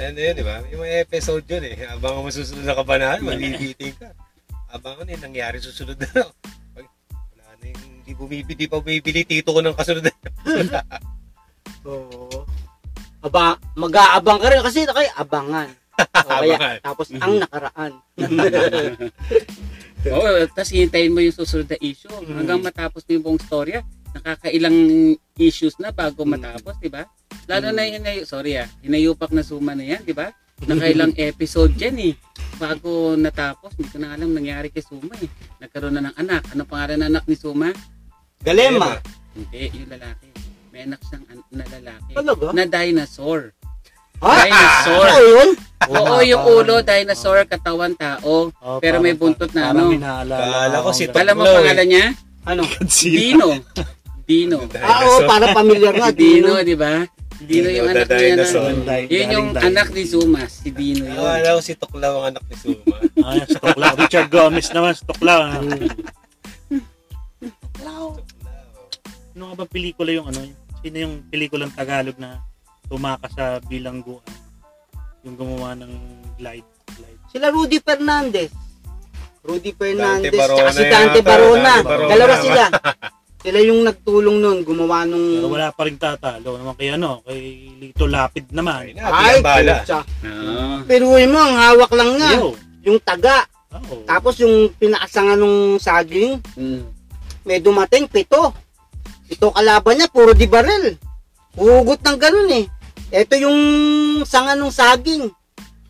Speaker 2: Ano yun, di ba? Yung mga episode yun eh. Abang mo susunod na kabanahan, mabibiting ka. Abang ano yun, nangyari susunod na. Pag wala na yung hindi bumibili, di pa bumibili, tito ko ng kasunod na.
Speaker 3: Oo. Aba, mag-aabang ka rin kasi kay abangan. O kaya,
Speaker 2: Abangan.
Speaker 3: tapos ang nakaraan.
Speaker 4: oo tapos hintayin mo yung susunod na issue hanggang matapos mo yung buong storya nakakailang issues na bago matapos di ba lalo na yung hinayu- sorry ah hinayupak na suma na yan di ba nakailang episode yan eh bago natapos hindi ko na alam nangyari kay Suma eh nagkaroon na ng anak ano pangalan ng anak ni Suma
Speaker 3: Galema.
Speaker 4: Hindi, yung lalaki. May anak siyang an- na lalaki.
Speaker 3: Talaga?
Speaker 4: Na dinosaur.
Speaker 3: Ha?
Speaker 4: Dinosaur.
Speaker 3: Ano yun?
Speaker 4: Oo, yung ulo, dinosaur, katawan, tao.
Speaker 5: Oh,
Speaker 4: Pero
Speaker 5: parang-
Speaker 4: may buntot na
Speaker 5: parang
Speaker 4: ano.
Speaker 5: inaalala
Speaker 2: Kala ko
Speaker 5: akong
Speaker 2: si
Speaker 5: ganun.
Speaker 4: Alam mo
Speaker 2: Tatlo,
Speaker 4: pangalan niya?
Speaker 3: Ano?
Speaker 5: Godzilla.
Speaker 4: Dino. Dino.
Speaker 2: Eh,
Speaker 3: Ah, oo, para pamilyar nga.
Speaker 4: Si Dino, di ba? Dino yung
Speaker 2: the
Speaker 4: anak niya.
Speaker 2: dinosaur.
Speaker 4: Na, yun yung anak ni Zuma, si Dino
Speaker 2: Ano,
Speaker 4: yun.
Speaker 2: alam ko si Tuklaw ang anak ni Suma.
Speaker 5: Ah, yan, stock lang. Richard Gomez naman, stock lang. ah.
Speaker 2: Tuklaw.
Speaker 5: Ano nga ba pelikula yung ano? Sino yung pelikulang Tagalog na tumakas sa bilangguan? Yung gumawa ng glide. glide.
Speaker 3: Sila Rudy Fernandez. Rudy Fernandez.
Speaker 2: Barona
Speaker 3: Tsaka si Dante
Speaker 2: yata,
Speaker 3: Barona.
Speaker 2: Dante Barona.
Speaker 3: Dalawa sila. Sila yung nagtulong nun, gumawa
Speaker 5: Pero
Speaker 3: nung...
Speaker 5: wala pa rin tatalo naman kay ano, kay Lito
Speaker 2: Ay,
Speaker 5: Lapid naman.
Speaker 2: na, bilang bala.
Speaker 3: putya.
Speaker 4: Oo.
Speaker 3: Pero yun mo, ang hawak lang nga.
Speaker 5: Yo.
Speaker 3: Yung taga.
Speaker 5: Oh.
Speaker 3: Tapos yung pinaasangan nung saging,
Speaker 4: Mm.
Speaker 3: may dumating pito. Ito kalaban niya, puro di barrel. Hugot ng ganun eh. Ito yung sanga ng saging.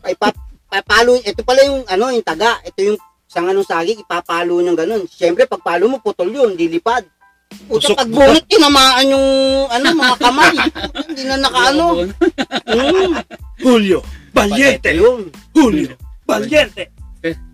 Speaker 3: Ay pa, papalo, ito pala yung ano, yung taga. Ito yung sanga ng saging, ipapalo ng ganun. Siyempre, pagpalo mo, putol yun, dilipad. Puta,
Speaker 5: Tusok
Speaker 3: pag bunot, tinamaan yung ano, mga kamay. Puta, Hindi na nakaano. Mm,
Speaker 5: Julio
Speaker 2: Valiente.
Speaker 3: yun.
Speaker 5: Julio Valiente!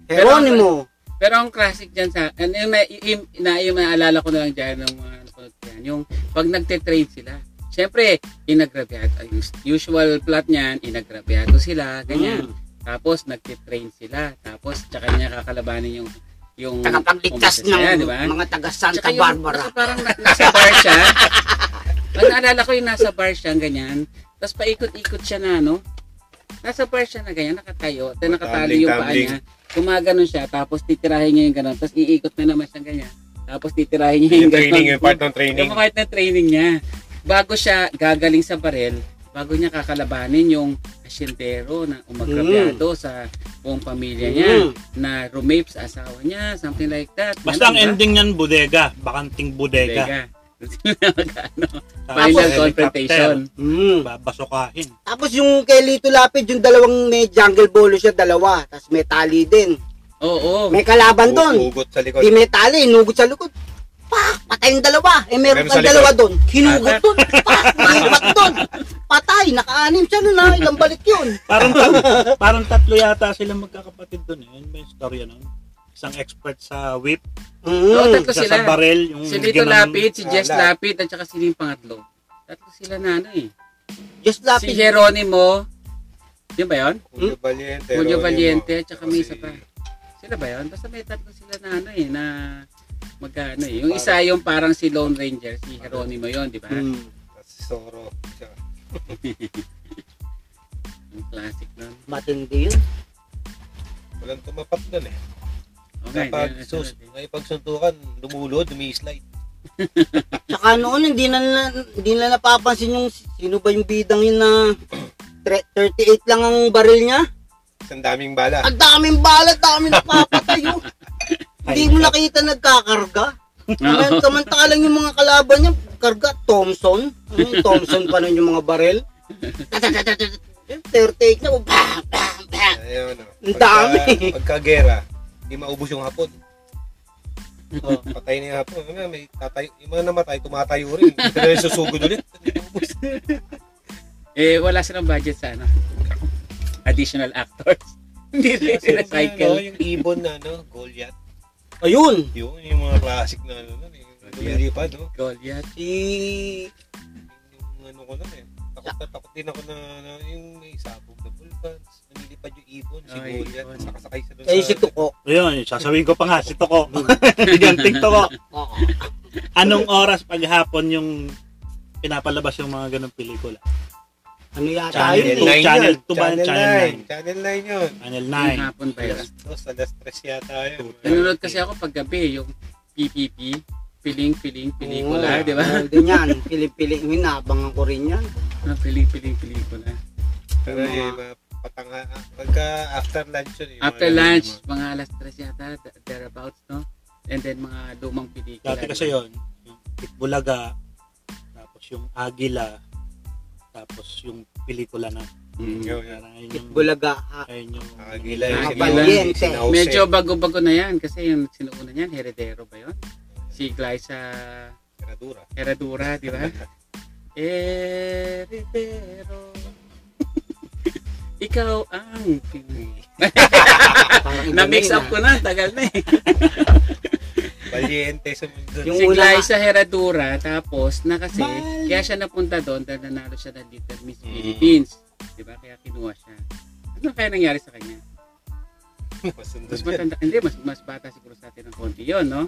Speaker 3: Geronimo.
Speaker 4: Pero ang classic dyan sa, ano yung, na, yung, na, yung naalala ko na lang dyan ng mga nasunod ko yan, yung pag nagte-trade sila, syempre, inagrabyado, yung usual plot niyan, inagrabyado sila, ganyan.
Speaker 2: Mm.
Speaker 4: Tapos, nagte-train sila. Tapos, tsaka niya kakalabanin yung yung
Speaker 3: Tagapagligtas
Speaker 4: umasis na yan,
Speaker 3: ng
Speaker 4: di ba?
Speaker 3: mga taga Santa
Speaker 4: Tsaka yung-
Speaker 3: Barbara.
Speaker 4: Kasi parang na, nasa bar siya. Ang naalala ko yung nasa bar siya, ganyan. Tapos paikot-ikot siya na, no? Nasa bar siya na ganyan, nakatayo. Tapos nakatali yung paa
Speaker 2: Tumbling,
Speaker 4: niya. Gumaganon siya, tapos titirahin niya yung ganon. Tapos iikot na naman siya ganyan. Tapos titirahin niya
Speaker 2: Yung
Speaker 4: yung ganon.
Speaker 2: training, yung part ng training.
Speaker 4: Yung part ng training niya. Bago siya gagaling sa barel, bago niya kakalabanin yung asyentero na umagrabyado sa buong pamilya niya
Speaker 3: Mm.
Speaker 4: na rumape sa asawa niya, something like that.
Speaker 5: Basta
Speaker 4: Ganun,
Speaker 5: ang
Speaker 4: di ba?
Speaker 5: ending niyan, bodega. Bakanting bodega.
Speaker 4: Teka. Mag-ano, Final
Speaker 5: Tapos helicopter,
Speaker 4: confrontation.
Speaker 3: Mm.
Speaker 5: Babasukahin.
Speaker 3: Tapos yung kay Lito Lapid, yung dalawang may jungle bolo siya, dalawa. Tapos may tali din.
Speaker 4: Oo.
Speaker 3: May kalaban doon.
Speaker 2: Hugot sa likod.
Speaker 3: Di may tali, inugot sa likod. pak, patay yung dalawa. Eh,
Speaker 2: Meron
Speaker 3: meron
Speaker 2: sa
Speaker 3: pang
Speaker 2: likod.
Speaker 3: dalawa doon. Hinugot doon, pak, hinugot doon. Patay, nakaanim siya nun na, ilang balik yun.
Speaker 5: Parang, tat- parang tatlo yata silang magkakapatid doon eh. Ano ba yung story ano? Isang expert sa whip,
Speaker 4: Oo,
Speaker 3: Mm.
Speaker 4: tatlo
Speaker 5: isa
Speaker 4: sila.
Speaker 5: sa barrel, Hmm, yung
Speaker 4: Si Lito
Speaker 5: ganun.
Speaker 4: Lapid, si Jess
Speaker 2: Ah,
Speaker 4: Lapid, at saka sino yung pangatlo? Tatlo sila na ano eh.
Speaker 3: Just
Speaker 4: Si
Speaker 3: lapid.
Speaker 4: Geronimo, yun ba yun?
Speaker 2: Julio Valiente.
Speaker 4: Julio
Speaker 2: Ronimo.
Speaker 4: Valiente, at saka may isa
Speaker 2: Si-
Speaker 4: pa. Sila ba yun? Basta may tatlo sila na ano eh, na magkano eh. Yung isa yung parang si Lone Ranger, si Geronimo yun, di ba?
Speaker 1: Hmm.
Speaker 5: Hmm.
Speaker 3: Mm.
Speaker 2: Si Soro. Siya.
Speaker 4: Yung classic nun.
Speaker 3: Matindi yun.
Speaker 2: Walang tumapap doon eh.
Speaker 4: Okay,
Speaker 2: Kapag
Speaker 4: yun,
Speaker 2: sus,
Speaker 4: yun,
Speaker 2: may pagsuntukan, lumulod, dumislide.
Speaker 3: Tsaka noon, hindi na, na- hindi na napapansin yung sino ba yung bidang yun na tre- 38 lang ang baril niya.
Speaker 2: Ang daming bala.
Speaker 3: Ang daming bala, daming napapatay. oh. Hindi mo nakita nagkakarga.
Speaker 4: Oo.
Speaker 3: Ngayon, samantalang yung mga kalaban niya, karga Thompson. Ano yung Thompson pa nun yung mga barel? 38 na, bang, bang, bang.
Speaker 2: Ayun, oh.
Speaker 3: Ang dami.
Speaker 2: Pagka- Pagkagera, hindi maubos yung hapon.
Speaker 3: Oh.
Speaker 2: Patay na yung hapon. Ano, may tatayo, yung mga namatay, tumatayo rin. Hindi na rin susugod ulit.
Speaker 4: Eh, wala silang budget sa ano. Additional actors. Hindi rin sila
Speaker 2: Ano,
Speaker 4: cycle.
Speaker 2: yung ibon na, ano, Goliath.
Speaker 3: Ayun,
Speaker 2: Yun, yung mga classic na, ano, nun, yung lumilipad, no?
Speaker 4: Goliath.
Speaker 3: si...
Speaker 2: Yung ano ko nun, eh. Takot na takot din ako na, na yung may sabog na bull pants. Lumilipad yung ibon, si
Speaker 4: Ay,
Speaker 2: Goliath.
Speaker 4: ibon.
Speaker 2: Nakasakay sa dun
Speaker 3: Ayun si Tuko.
Speaker 5: Ayun, sasabihin ko pa nga, si Toko. Giganting Toko.
Speaker 3: Oo.
Speaker 5: Anong oras paghapon yung pinapalabas yung mga ganong pelikula?
Speaker 3: Ano yata
Speaker 5: Channel
Speaker 3: yun eh.
Speaker 5: nine. Channel two ba?
Speaker 2: Channel
Speaker 5: Channel
Speaker 2: 9. Channel 9 yun.
Speaker 5: Channel
Speaker 4: Yung
Speaker 5: 9.
Speaker 4: hapon pa yun.
Speaker 2: Alas dos, alas tres yata yun.
Speaker 4: Nanonood kasi ako paggabi, yung PPP, piling, piling, pelikula,
Speaker 3: Oo,
Speaker 4: di ba?
Speaker 3: Golden yan. Pili-pili. Minabangan ko rin yan.
Speaker 4: Ah, piling, piling, pelikula.
Speaker 2: Pero yung mga patanga, pagka after lunch yun. yung
Speaker 4: After
Speaker 2: mga-
Speaker 4: lunch, mga alas 3 yata, th- thereabouts, no? And then mga lumang pelikula.
Speaker 5: Dati kasi yun, yung Pitbulaga, tapos yung Agila, tapos yung pelikula na.
Speaker 4: Mm.
Speaker 2: Yun, yun.
Speaker 5: Parang yun yung...
Speaker 3: Bulaga. ah,
Speaker 5: Ayun yung...
Speaker 2: Agila yung
Speaker 4: Ah,
Speaker 2: sinausay.
Speaker 3: paliente.
Speaker 2: sinausay.
Speaker 4: Medyo bago-bago na yan kasi yung sinuuna niyan, Heredero ba yun? Si Glyza
Speaker 2: Saradura.
Speaker 4: Heredura, di ba? Heredero. Ikaw ang pin-
Speaker 3: parang
Speaker 4: Ah! Na-mix
Speaker 3: iba ah.
Speaker 4: up ko na, tagal na eh.
Speaker 2: Valiente sa mundo.
Speaker 3: Yung
Speaker 4: si
Speaker 3: una-
Speaker 4: Glyza Heredura, tapos na kasi, kaya siya napunta doon dahil nanalo siya ng Little Miss
Speaker 2: Mm.
Speaker 4: Philippines. Di ba? Kaya kinuha siya. Ano kaya nangyari sa kanya?
Speaker 2: Masundo
Speaker 4: Mas
Speaker 2: yun.
Speaker 4: matanda, hindi, mas, mas bata siguro sa atin ng konti yun, no?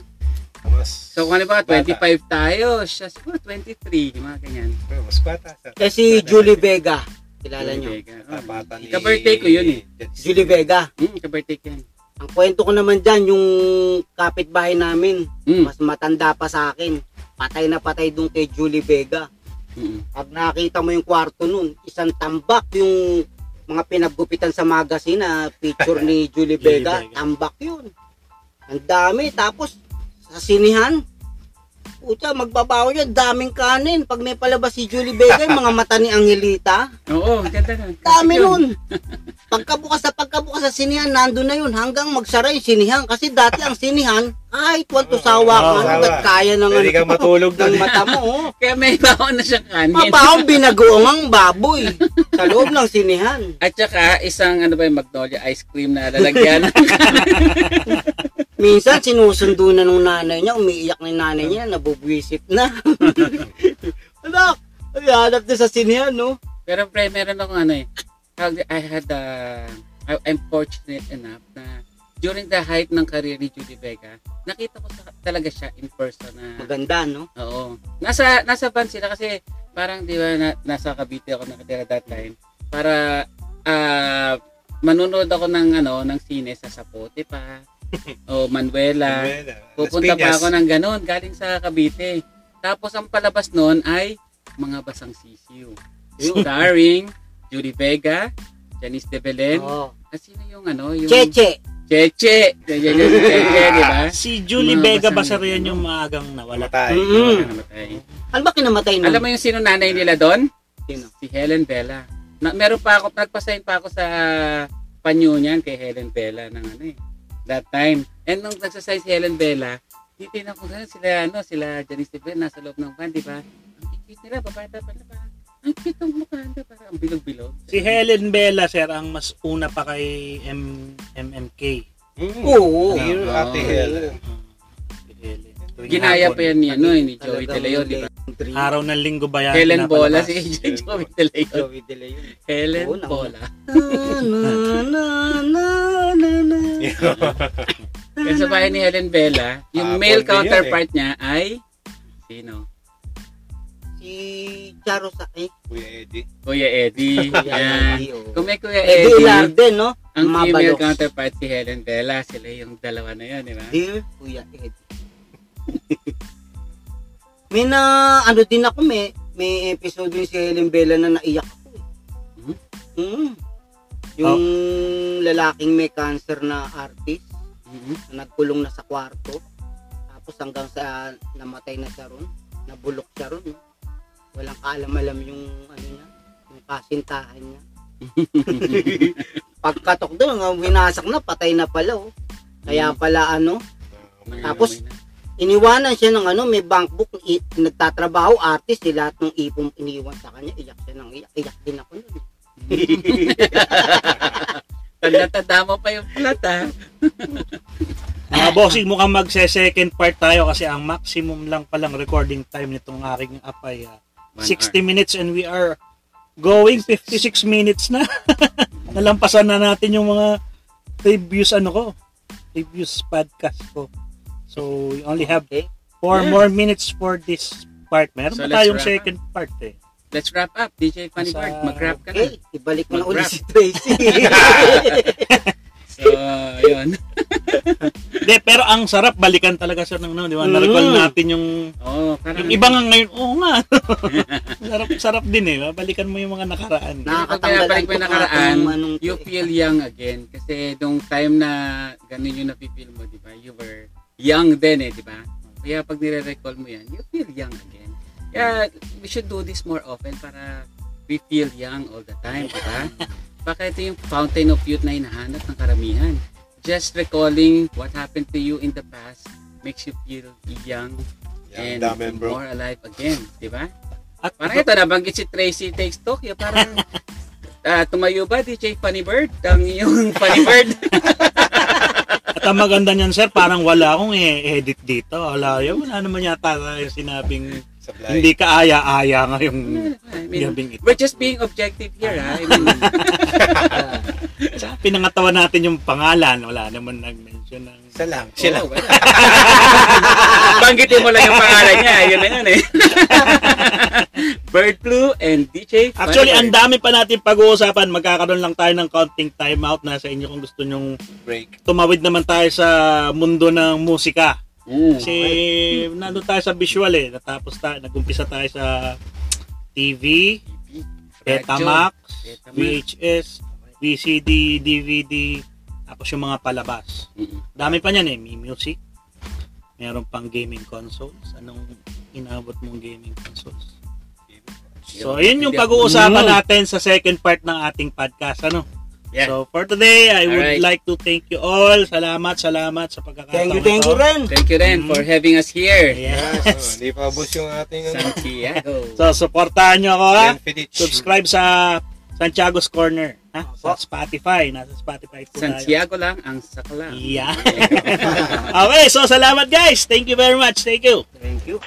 Speaker 2: Mas
Speaker 4: So kung ano ba,
Speaker 2: bata.
Speaker 4: 25 tayo, siya siguro 23, yung mga ganyan.
Speaker 2: Oh, Mas bata. sa-
Speaker 3: Eh si Julie Vega. Kilala
Speaker 4: Julie
Speaker 3: nyo.
Speaker 4: Vega.
Speaker 2: Ah, bata ni-
Speaker 4: Ka-birthday Mm. ko yun eh.
Speaker 3: Julie Vega.
Speaker 4: Hmm, ka-birthday ko yun.
Speaker 3: Ang kwento ko naman dyan, yung kapitbahay namin,
Speaker 4: Hmm.
Speaker 3: mas matanda pa sa akin. Patay na patay dun kay Julie Vega.
Speaker 4: Mm.
Speaker 3: Pag nakita mo yung kwarto nun, isang tambak yung mga pinagupitan sa magazine na picture ni Julie
Speaker 5: Julie
Speaker 3: Vega.
Speaker 5: Vega.
Speaker 3: Tambak yun. Ang dami. Tapos, sa sinihan, puta, magbabaw yun. Daming kanin. Pag may palabas si Julie Vega, yung mga mata ni Angelita.
Speaker 4: Oo, ganda na.
Speaker 3: Dami nun. Pagkabukas na pagkabukas sa sinihan, nandun na yun. Hanggang magsara yung sinihan. Kasi dati ang sinihan, kahit wanto sawa ka,
Speaker 5: Oo,
Speaker 3: hanggat
Speaker 2: sawa.
Speaker 3: kaya ng,
Speaker 2: Pwede kang
Speaker 3: ano,
Speaker 2: matulog
Speaker 3: ng
Speaker 2: doon.
Speaker 3: mata mo. oh.
Speaker 4: Kaya may baon na siyang kanin.
Speaker 3: Mabaong binagoong ang baboy sa loob ng sinihan.
Speaker 4: At saka isang ano ba yung Magnolia ice cream na lalagyan.
Speaker 3: Minsan sinusundo na nung nanay niya, umiiyak na yung nanay niya, nabubwisit na. Anak, ay, hanap na sa sinihan, no?
Speaker 4: Pero pre, meron akong ano eh. tawag- I had a... I- I'm fortunate enough na during the height ng career ni Judy Vega, nakita ko sa, talaga siya in person na
Speaker 3: Maganda, no?
Speaker 4: Oo. Nasa nasa band sila kasi parang di ba na, nasa Cavite ako nakatira that time para ah manonood ako ng ano ng sine sa Sapote pa o Manuela.
Speaker 2: Manuela, ah. Las
Speaker 4: Pupunta
Speaker 2: Piñas.
Speaker 4: pa ako ng ganun galing sa Cavite. Tapos ang palabas noon ay mga basang sisiw. Yung starring Judy Vega, Janice De Belen,
Speaker 2: Oh.
Speaker 3: Oo.
Speaker 4: at sino yung ano, yung
Speaker 3: Cheche.
Speaker 4: Cheche. Cheche, Cheche, di ba?
Speaker 5: Si Julie
Speaker 4: Mga
Speaker 5: Vega ba
Speaker 4: basahin.
Speaker 5: sa riyan yung maagang nawala?
Speaker 2: Namatay.
Speaker 3: Mm.
Speaker 4: Namatay.
Speaker 3: Ano ba kinamatay nun?
Speaker 4: Alam mo yung sino nanay nila doon?
Speaker 3: Sino?
Speaker 4: Si Helen Bella. Na, meron pa ako, nagpasign pa ako sa panyo niyan kay Helen Bella ng ano eh. That time. And nung nagsasign si Helen Bella, titignan ko sila, sila, ano, sila Janice Tipen, nasa loob ng van, di ba? Ang cute nila, babata pala ba? Ang cute ng mukha nila, parang ang bilog-bilog.
Speaker 1: Si Helen Bella, sir, ang mas una pa kay M- MMK.
Speaker 3: Oo.
Speaker 2: Dear Ate Helen.
Speaker 1: Si Helen. Tuwing
Speaker 4: Ginaya
Speaker 1: hapon.
Speaker 4: pa yan ni, ano, eh, ni Joey De Leon, di ba?
Speaker 1: Araw ng linggo ba yan?
Speaker 4: Helen
Speaker 1: pinapalabas?
Speaker 4: Bola, si Joey De Leon.
Speaker 3: Joey De Leon.
Speaker 4: Helen
Speaker 3: Oo, nauna.
Speaker 4: Bola.
Speaker 3: na, na, na, na, na.
Speaker 4: Kasi sa bahay ni Helen Bella, yung
Speaker 2: Hapon din
Speaker 4: male
Speaker 2: yun,
Speaker 4: counterpart niya ay sino?
Speaker 3: Si Charo sa eh.
Speaker 2: Kuya Eddie.
Speaker 4: Kuya Eddie. Yan.
Speaker 3: Yan.
Speaker 4: Kung may Kuya
Speaker 3: Eddie
Speaker 4: Eddie,
Speaker 3: Ilarde, no?
Speaker 4: ang female
Speaker 3: Mabalos.
Speaker 4: counterpart si Helen Bella. Sila yung dalawa na yun, di ba?
Speaker 3: Dear Kuya Eddie. may na, ano din ako, may, may episode din si Helen Bella na naiyak ako.
Speaker 4: Mhm.
Speaker 3: eh. Mm. Yung lalaking may cancer na artist,
Speaker 4: Mhm.
Speaker 3: na nagkulong na sa kwarto, tapos hanggang sa namatay na siya ron, nabulok siya ron. no? Walang kaalam-alam yung, ano niya, yung kasintahan niya. Pagkatok doon, ang winasak na, patay na pala. Oh.
Speaker 4: Hmm.
Speaker 3: Kaya pala ano,
Speaker 2: Ah,
Speaker 3: Tapos, iniwanan siya ng ano, may bank book, i- nagtatrabaho, artist, eh, lahat ng ipong iniwan sa kanya, iyak siya ng iyak, iyak din ako nun. eh.
Speaker 4: Tanda-tanda mo pa yung plot, ha?
Speaker 1: Mga bossing, mukhang magse-second part tayo kasi ang maximum lang palang recording time nitong aking app ay ah,
Speaker 4: One
Speaker 1: 60 minutes and we are going 56 minutes na. Nalampasan na natin yung mga reviews ano ko, reviews podcast ko. So, we only have
Speaker 3: Okay?
Speaker 1: four
Speaker 4: Yeah.
Speaker 1: more minutes for this part. Meron pa
Speaker 4: So, let's
Speaker 1: tayong
Speaker 4: wrap up.
Speaker 1: second part eh.
Speaker 4: hour. Let's wrap up, DJ Funny
Speaker 1: Sa-
Speaker 4: Park. Mag-wrap ka na.
Speaker 3: Okay, ibalik ko na ulit
Speaker 4: Mag-wrap.
Speaker 3: si Tracy.
Speaker 4: So, yun.
Speaker 1: Hindi, pero ang sarap balikan talaga sir ng no, di ba? Na-recall
Speaker 3: Mm.
Speaker 1: natin yung
Speaker 4: Oh, parang...
Speaker 1: yung iba nga ngayon, oo nga. sarap sarap din eh. Balikan mo yung mga nakaraan.
Speaker 3: Nakakatanggal
Speaker 4: Pag pinabalik mo yung nakaraan,
Speaker 3: manong
Speaker 4: you feel young again kasi nung time na ganun yung napipil mo, di ba? You were young then eh, di ba? Kaya pag nire-recall mo yan, you feel young again. Kaya we should do this more often para we feel young all the time, di ba? Baka ito yung fountain of youth na hinahanap ng karamihan. Just recalling what happened to you in the past makes you feel young and more alive again, di ba?
Speaker 1: At
Speaker 4: Parang ito, nabanggit si Tracy Takes Tokyo. Parang ah, tumayo ba, DJ Funny Bird? Ang iyong Funny Bird?
Speaker 1: At ang maganda niyan, sir, parang wala akong i-edit dito. Wala, yun, wala naman yata yung sinabing
Speaker 2: Supply.
Speaker 1: hindi ka aya-aya ngayong
Speaker 4: I mean,
Speaker 1: gabing ito.
Speaker 4: we're just being objective here, ha? I mean,
Speaker 1: Sa- Pinangatawan natin yung pangalan. Wala naman nag-mention ng...
Speaker 2: Isa lang. Siya
Speaker 4: sila. Banggitin mo lang yung pangalan niya. Yun na yun, eh. Bird Flu and DJ Funny
Speaker 1: Actually, ang
Speaker 4: Bird.
Speaker 1: dami pa natin pag-uusapan. Magkakaroon lang tayo ng counting timeout na sa inyo kung gusto nyong
Speaker 2: break.
Speaker 1: tumawid naman tayo sa mundo ng musika.
Speaker 4: Mm.
Speaker 1: Kasi nandun tayo sa visual eh. Natapos tayo, nag-umpisa tayo sa TV,
Speaker 4: Eh,
Speaker 1: Betamax,
Speaker 4: Betamax.
Speaker 1: VHS, VCD, DVD, tapos yung mga palabas.
Speaker 4: Mm.
Speaker 1: Dami pa niyan eh. May music, meron pang gaming consoles. Anong inabot mong gaming consoles? So, yun yung pag-uusapan
Speaker 4: Mm.
Speaker 1: natin sa second part ng ating podcast. Ano?
Speaker 4: Yeah.
Speaker 1: So, for today, I would
Speaker 4: Alright.
Speaker 1: like to thank you all. Salamat, salamat sa pagkakataon.
Speaker 3: Thank you,
Speaker 1: ito.
Speaker 3: thank you rin.
Speaker 4: Thank you rin for
Speaker 1: Mm-hmm.
Speaker 4: having us here.
Speaker 1: Yes.
Speaker 2: Yes. oh, Hindi pa abos yung ating ano.
Speaker 4: Santiago.
Speaker 1: So, supportahan nyo ako ha.
Speaker 2: Benfidich.
Speaker 1: subscribe sa Santiago's Corner. Ha? Sa Spotify. Nasa Spotify po tayo.
Speaker 4: Santiago lang ang sakla.
Speaker 1: Yeah. okay, so salamat guys. Thank you very much. Thank you.
Speaker 3: Thank you.